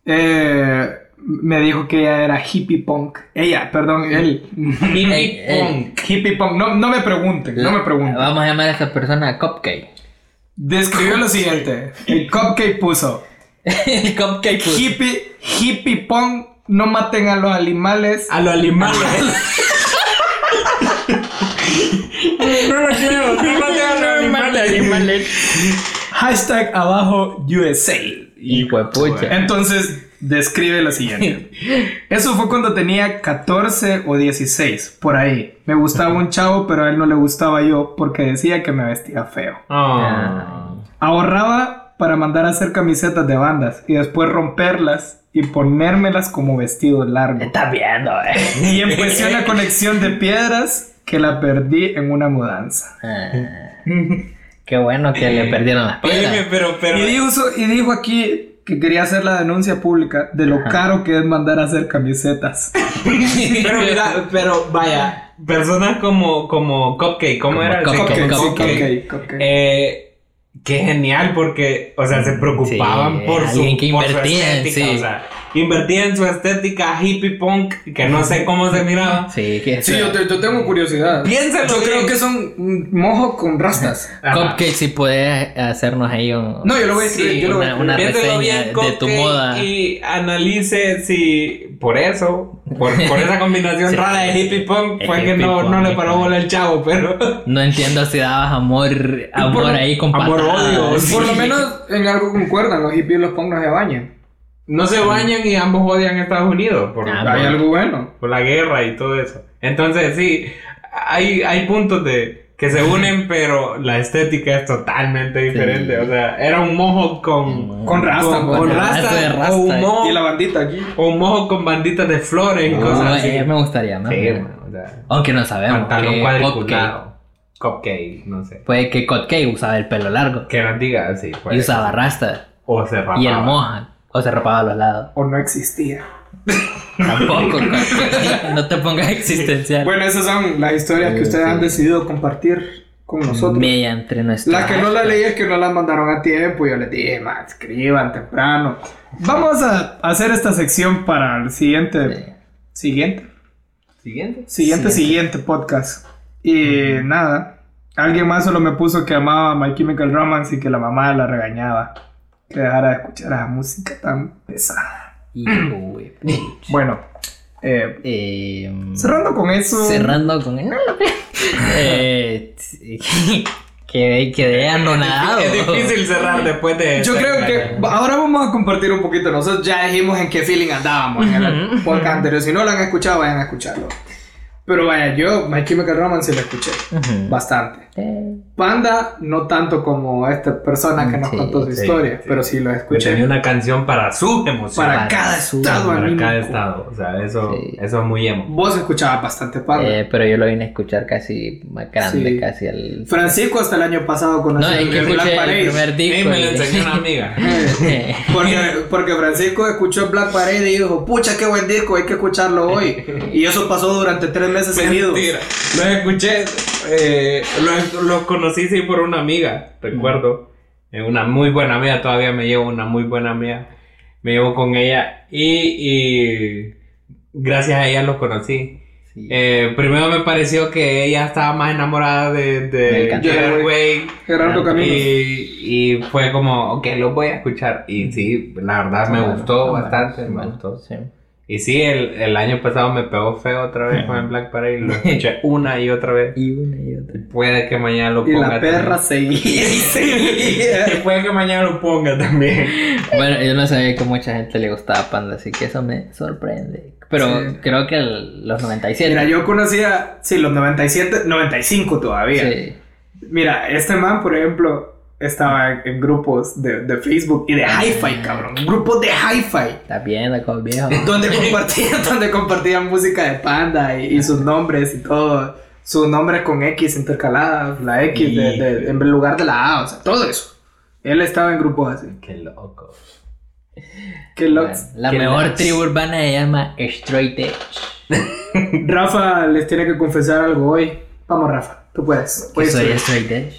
Eh, me dijo que ella era hippie punk. Ella, perdón, él.
Ey, ey.
Hippie punk. No, no me pregunten, no me pregunten.
Vamos a llamar a esta persona Cupcake.
Describió lo siguiente. El cupcake puso.
Cupcake. pues.
Hippie, hippie punk, no maten a los animales.
A los animales. No lo creo. No lo creo. No lo
Hashtag abajo USA.
Hijo de pucha.
Entonces, describe lo siguiente. Eso fue cuando tenía 14 o 16, por ahí. Me gustaba un chavo, pero a él no le gustaba yo porque decía que me vestía feo. Ah.
ah,
Oh.
Ahorraba para mandar a hacer camisetas de bandas y después romperlas y ponérmelas como vestido largo.
Estás viendo, eh.
Y empecé una colección de piedras que la perdí en una mudanza.
Ah. Qué bueno que le perdieron las
Oye,
piedras.
pero, pero.
Y dijo, so- y dijo aquí que quería hacer la denuncia pública de lo caro que es mandar a hacer camisetas.
Pero mira, pero vaya, personas como, como Cupcake, ¿cómo
Como
era?
Cupcake,
Sí,
Cupcake, sí,
cupcake.
cupcake, cupcake.
Eh, qué genial porque, o sea, se preocupaban
Mm, Sí,
por, su,
alguien que
por su
invertía,
estética,
sí.
o sea, invertían en su estética hippie punk, que no sé cómo se miraba.
Sí, que
Sí, yo, te- yo tengo curiosidad.
Piénsalo
Yo
bien.
creo que son mm, mojos con rastas.
Ajá.
Cupcake, si puedes hacernos ahí un.
No, yo lo voy a escribir.
Sí,
yo lo voy a
una-
escribir.
una- reseña
Piénsalo bien,
de tu
Cupcake,
moda.
Y analice si por eso, por, por esa combinación
Sí.
rara de hippie punk,
Es
fue que
hippie
no,
punk,
no le
hippie
paró
punk.
bola el chavo, pero.
No entiendo si dabas amor, amor
por-
ahí con
amor, odio,
patadas.
sí.
Por lo menos en algo concuerdan, los hippies y los punk no se bañan.
No se bañan y ambos odian a Estados Unidos. Por,
Ah,
Hay
bueno.
algo bueno.
por la guerra y todo eso. Entonces, sí, hay, hay puntos de que se unen, pero la estética es totalmente diferente. O sea, era un mojo con,
Con rastas,
con,
pues.
con
Con
rasta,
rasta de rasta.
o un mojo,
Y la bandita aquí.
o un mojo con banditas de flores y
No,
cosas así.
eh, me gustaría más.
Sí,
mira.
bueno, o sea,
Aunque no sabemos.
pantalón
que
cuadriculado, cupcake, no sé.
Cupcake- Puede que Cupcake usaba el pelo largo.
Que nos diga, sí. puede
y
ser.
usaba rasta.
O se rapaba.
Y el moja. O se rapaba a los lados.
O no existía.
Tampoco. Cupcake, no te pongas existencial.
Bueno, esas son las historias que ustedes han decidido compartir
Mm.
con nosotros.
Media entre nuestra.
La que no la leí es que no la mandaron a tiempo. Yo les dije, ma, escriban temprano. Vamos a hacer esta sección para el siguiente. Siguiente.
Siguiente.
Siguiente,
Siguiente.
siguiente podcast. Y nada. Alguien más solo me puso que amaba My Chemical Romance y que la mamá la regañaba. Que dejara de escuchar esa música tan pesada.
Hijo de pucha.
Bueno, eh,
Em,
cerrando con eso.
cerrando con él. eh, quedé, quedé anonadado.
Es difícil cerrar después de.
Yo creo que ahora vamos a compartir un poquito. Nosotros ya dijimos en qué feeling andábamos en el
Ujú.
podcast anterior. Si no lo han escuchado, vayan a escucharlo. Pero vaya, yo My Chemical Romance sí lo escuché
Ujú.
bastante.
Eh,
Panda no tanto como esta persona que nos
Sí,
contó su
sí,
historia,
sí.
pero sí lo
Escuché
escuché.
una canción para su emoción.
Para,
Para
cada
su-
estado
Para
anímico.
cada estado. O sea, eso,
Sí.
eso es muy emo.
Vos escuchabas bastante Panda.
eh, pero yo lo vine a escuchar casi más grande,
Sí.
casi al.
Francisco hasta el año pasado conoció
No, es que
el Black
escuché
Parade.
el primer
Y
disco.
me lo
y-
enseñó una amiga.
Eh,
Porque, porque Francisco escuchó Black Parade y dijo, pucha, qué buen disco, hay que escucharlo hoy. Y eso pasó durante tres meses seguidos.
Mentira. Los escuché, eh, los, los conocí sí por una amiga, recuerdo. Eh, Una muy buena amiga, todavía me llevo una muy buena amiga. Me llevo con ella y, y gracias a ella los conocí.
sí.
Eh, primero me pareció que ella estaba más enamorada de,
Del
de
cantante.
Gerard Way.
Gerardo Camino.
Ah, Y, y fue como, ok, los voy a escuchar. Y sí, la verdad me
Bueno,
gustó
bueno,
bastante, me
bueno,
gustó.
sí.
Y sí, el, el año pasado me pegó feo otra vez con el Black Parade. Lo escuché una y otra vez.
Y una y otra.
Puede que mañana lo
Y
ponga.
la perra seguía y seguía.
también. Y puede que mañana lo ponga también.
Bueno, yo no sabía que mucha gente le gustaba Panda, así que eso me sorprende. Pero
Sí.
creo que el- los 97.
Mira, yo conocía, sí, los 97, 95 todavía.
Sí.
Mira, este man, por ejemplo, estaba en, en grupos de, de Facebook y de hi-fi, cabrón. Grupos de hi-fi.
Estás viendo como viejo.
Donde compartían, donde compartían música de panda y, y sus nombres y todo. Sus nombres con X intercaladas, la X de- de- en lugar de la A, o sea, todo eso. Él estaba en grupos así.
Qué loco.
Qué loco.
La
Qué
mejor
loco.
tribu urbana se llama Straight Edge.
Rafa les tiene que confesar algo hoy. Vamos, Rafa, tú puedes.
¿Qué
Hoy es
soy este.
tu-
Straight Edge?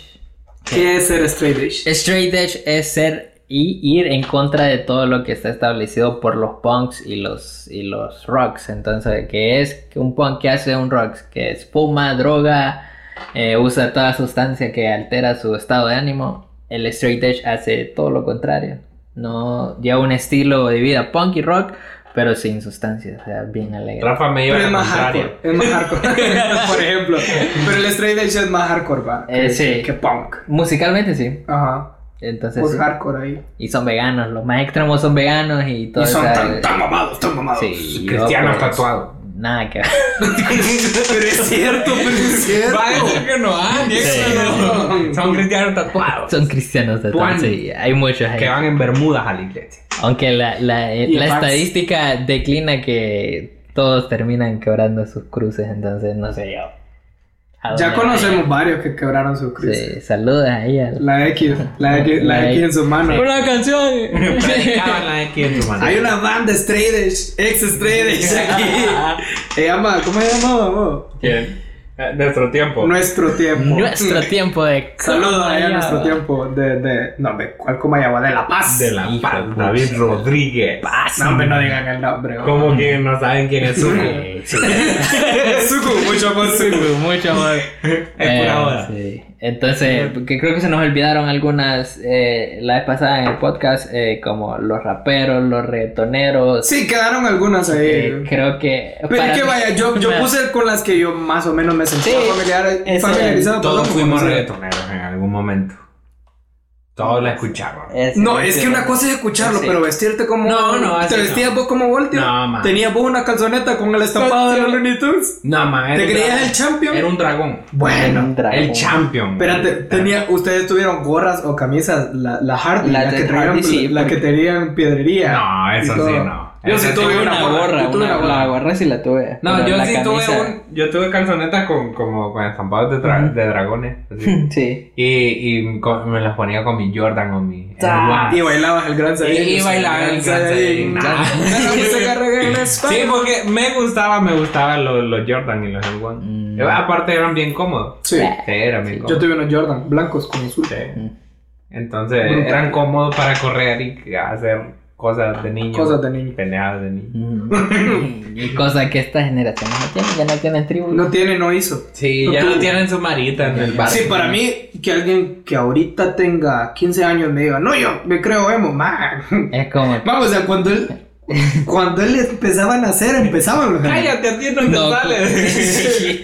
¿Qué es ser straight edge?
Straight Edge es ser y ir en contra de todo lo que está establecido por los punks y los, y los rocks. Entonces, ¿qué es que un punk? que hace un rock? Que es fuma, droga, eh, usa toda sustancia que altera su estado de ánimo. El Straight Edge hace todo lo contrario. No lleva un estilo de vida punk y rock, pero sin sustancias. O sea, bien alegre.
Rafa me
Pero
lleva
es
al
más
contrario.
hardcore. Es más hardcore, por ejemplo. Pero el straight edge es más hardcore, va. Que,
Eh, sí.
que punk.
Musicalmente sí.
Ajá.
Entonces,
Por
sí.
hardcore ahí.
Y son veganos, los más extremos son veganos y todo
Y son
esa-
tan, tan mamados, tan mamados.
Sí, yo,
Cristiano
pues,
tatuado.
Nada que ver.
pero es cierto, pero es cierto.
Vaya que no
ah,
han,
Sí.
Son cristianos tatuados.
Son cristianos
Juan.
tatuados, sí, hay muchos ahí.
Que van en bermudas a la iglesia.
Aunque la, la- eh,
Y
la
en Vans.
estadística declina que todos terminan quebrando sus cruces, entonces no sé yo. ¿A
Ya
dónde
conocemos varios que quebraron sus
voy?
cruces.
Sí, saluda ahí a
La X, la X, la
La
X en su mano.
Una canción.
Predicaban la X en su mano.
Hay una banda straight edge, ex straight edge aquí. Se llama, ¿cómo se llamaba? vos?
¿Quién? Eh, Nuestro tiempo.
Nuestro tiempo.
Nuestro tiempo de
Saludos ahí a nuestro
Comayagua.
tiempo de, de no hombre, ¿cuál Comayagua? De La Paz.
De la
Hijo
paz.
de
David
pucha.
Rodríguez.
No, hombre, no digan el nombre. hombre.
Como que no saben quién es Zuko.
Suku, mucho amor, Suku.
Mucho amor.
Es
Eh,
pura hora.
sí. Entonces, que creo que se nos olvidaron algunas eh, la vez pasada en el podcast, eh, como los raperos, los reggaetoneros.
Sí, quedaron algunas ahí.
eh, creo que.
Pero es
para
que
mí-
vaya, yo, yo puse con las que yo más o menos me sentía
Sí,
familiar,
ese-
familiarizado.
Todos
perdón,
fuimos
porque-
reggaetoneros en algún momento. Eh, Todos la escuchamos.
Es-
No, es que una cosa es escucharlo,
Sí.
pero vestirte como.
No, no, así
¿Te
no.
vestías vos como Voltio?
No, man.
¿Tenías vos una calzoneta con el estampado de los Looney Tunes?
No,
¿Te
man. era un
creías
dragón.
el champion?
Era un dragón.
Bueno.
Un dragón.
El champion.
Espérate, tenía, ustedes tuvieron gorras o camisas, la, la Hardy,
Las
la,
de
que, traían,
Hardy, sí,
la que
porque-
tenían piedrería.
No,
y
eso
todo.
sí, no.
Yo sí
Esa
tuve una gorra. yo tuve
una
una
La
gorra.
gorra sí la tuve.
No,
pero
yo
la
sí
camisa-
tuve un... Yo tuve calzonetas con, como con estampados de, tra- de dragones. así.
Sí.
y y con- me las ponía con mi Jordan o mi...
Ah.
Air One.
Y bailabas el gran Saiyajin.
Y- y bailaba el Gran Saiyajin.
Nah. Pero me se carga en la espalda.
Sí, porque me gustaba, me gustaban los, los Jordan y los Air One.
Mm.
Eh, Aparte eran bien cómodos.
Sí.
Sí, eran bien
Yo
cómodos.
tuve unos Jordan blancos con azul.
Sí.
Mm.
Entonces
Brutal.
eran cómodos para correr y hacer cosas de niño.
Cosas de niño.
Pendejadas de niño.
Mm. y cosa que esta generación no tiene, ya no tienen tribu.
No tiene, no hizo.
Sí,
No
ya
tuve.
no tienen su marita en el bar.
Sí, para mí, que alguien que ahorita tenga 15 años me diga, no, yo me creo emo, man.
Es como.
Vamos, o sea, cuando él, cuando él empezaba a nacer, empezaban los
Cállate, a ti no pues, te
No,
sale.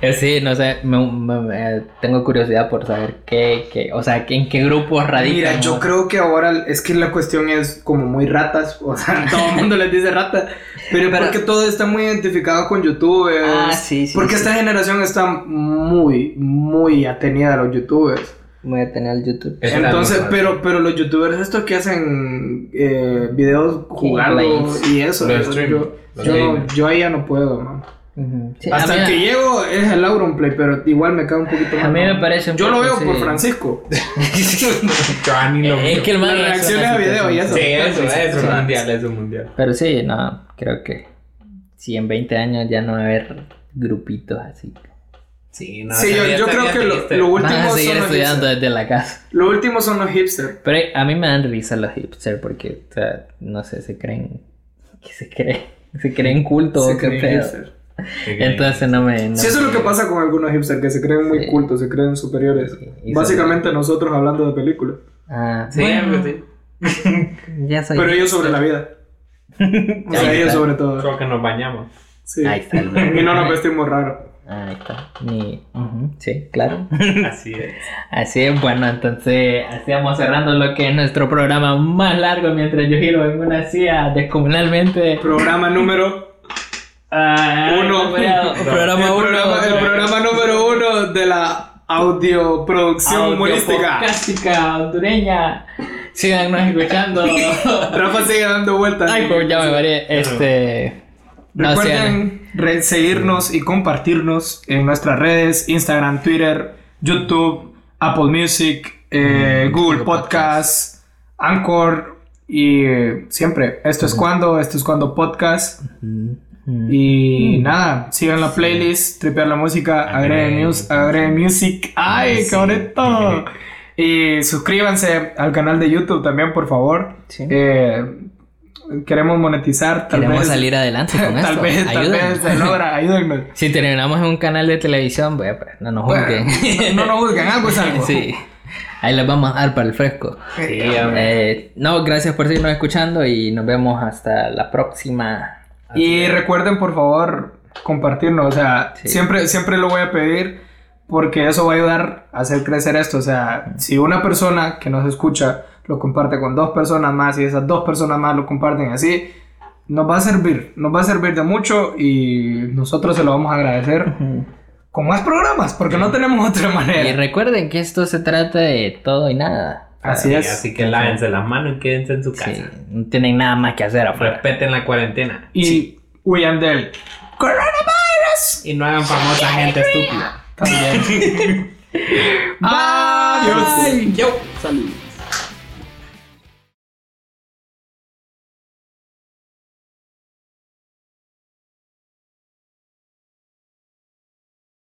Eh, sí, no sé, me- me- me- tengo curiosidad por saber qué, qué, o sea, que en qué grupo radican.
Mira, yo
¿no?
creo que ahora es que la cuestión es como muy ratas, o sea, todo el mundo les dice rata, pero,
Pero-
porque todo está muy identificado con youtubers.
Ah, sí, sí,
Porque
sí.
esta generación está muy, muy atenida a los youtubers.
Voy a tener el YouTube.
Eh,
Eso era
Entonces,
normal.
pero, pero los youtubers estos que hacen eh, videos jugando
Gameplays.
y eso,
Los
eso,
streamers,
yo,
los
yo, no-
gamers.
yo ahí ya no puedo, man.
Ujú. Sí, ah, a
Hasta
mí-
el que llego es el Auronplay, pero igual me cae un poquito
A
más.
mí me
¿no?
parece un
Yo lo
poco,
veo por
sí.
Francisco.
Yo ni lo
Es Eh, que el man
Las
es una
reacciones a video y
situación.
eso.
Sí, eso, eso,
Sí.
un mundial, es un mundial.
Pero sí, no, creo que si en 20 años ya no va a haber grupitos así.
Sí, no,
sí, yo,
estaría-
yo creo
estaría
que lo,
triste.
lo último
Van a
son
seguir
los
estudiando
hipsters.
desde la casa.
Lo último son los hipsters.
Pero a mí me dan risa los hipsters porque, o sea, no sé, se creen. ¿Qué se creen? ¿Se creen cultos
Se
o qué
creen
pedo?
hipster.
Entonces no me. no
Sí, eso es lo que pasa con algunos hipsters, que se creen muy
Sí.
cultos, se creen superiores.
Y- y
Básicamente nosotros hablando de películas.
Ah,
Sí,
bueno,
pues sí.
Ya soy.
Pero ellos sobre la vida. O sea,
Ahí
ellos
está.
sobre todo.
Creo que nos bañamos.
Sí.
Ahí está.
Y no nos vestimos raro.
Ahí está. Ni... ujú, Sí, claro.
Así es.
Así es, bueno, entonces así vamos cerrando lo que es nuestro programa más largo mientras yo giro en una silla descomunalmente.
Programa número
Ah,
Uno.
cuidado, Programa
el
1.
programa, el programa número uno de la audioproducción humorística.
Cástica hondureña. Síganos escuchando.
Rafa sigue dando vueltas.
Ay, pues ya me varé. Este. No sé.
Recuerden re- seguirnos y compartirnos en nuestras redes, Instagram, Twitter, YouTube, Apple Music, eh, Google
Google
Podcasts, Anchor y eh, siempre, esto es cuando, esto es cuando podcast.
Mm,
Y nada, sigan la playlist, tripear la música, agreguen,
Agreguen
mus- agreguen music. ¡Ay, qué bonito! Y suscríbanse al canal de YouTube también, por favor.
Sí.
Eh, queremos monetizar, tal
Queremos
vez.
salir adelante con esto.
Tal vez, tal
Ayúdenos.
vez se logra, ayúdenme.
Si terminamos en un canal de televisión, pues, pues, no nos
Bueno,
juzguen.
no, no nos juzguen, algo es algo.
Sí. Ahí les vamos a dar para el fresco.
Sí,
Eh, no, gracias por seguirnos escuchando y nos vemos hasta la próxima.
Y recuerden, por favor, compartirnos. O sea,
Sí.
siempre, siempre lo voy a pedir porque eso va a ayudar a hacer crecer esto. O sea, si una persona que nos escucha lo comparte con dos personas más y esas dos personas más lo comparten así, nos va a servir. Nos va a servir de mucho y nosotros se lo vamos a agradecer con más programas porque no tenemos otra
Y
manera.
recuerden que esto se trata de todo y nada.
Así es.
Así que lávense las manos y quédense en su casa.
Sí, no tienen nada más que hacer afuera.
Respeten la cuarentena.
Y huyan del coronavirus.
Y no hagan famosa gente estúpida.
También. Adiós.
Yo.
Salud.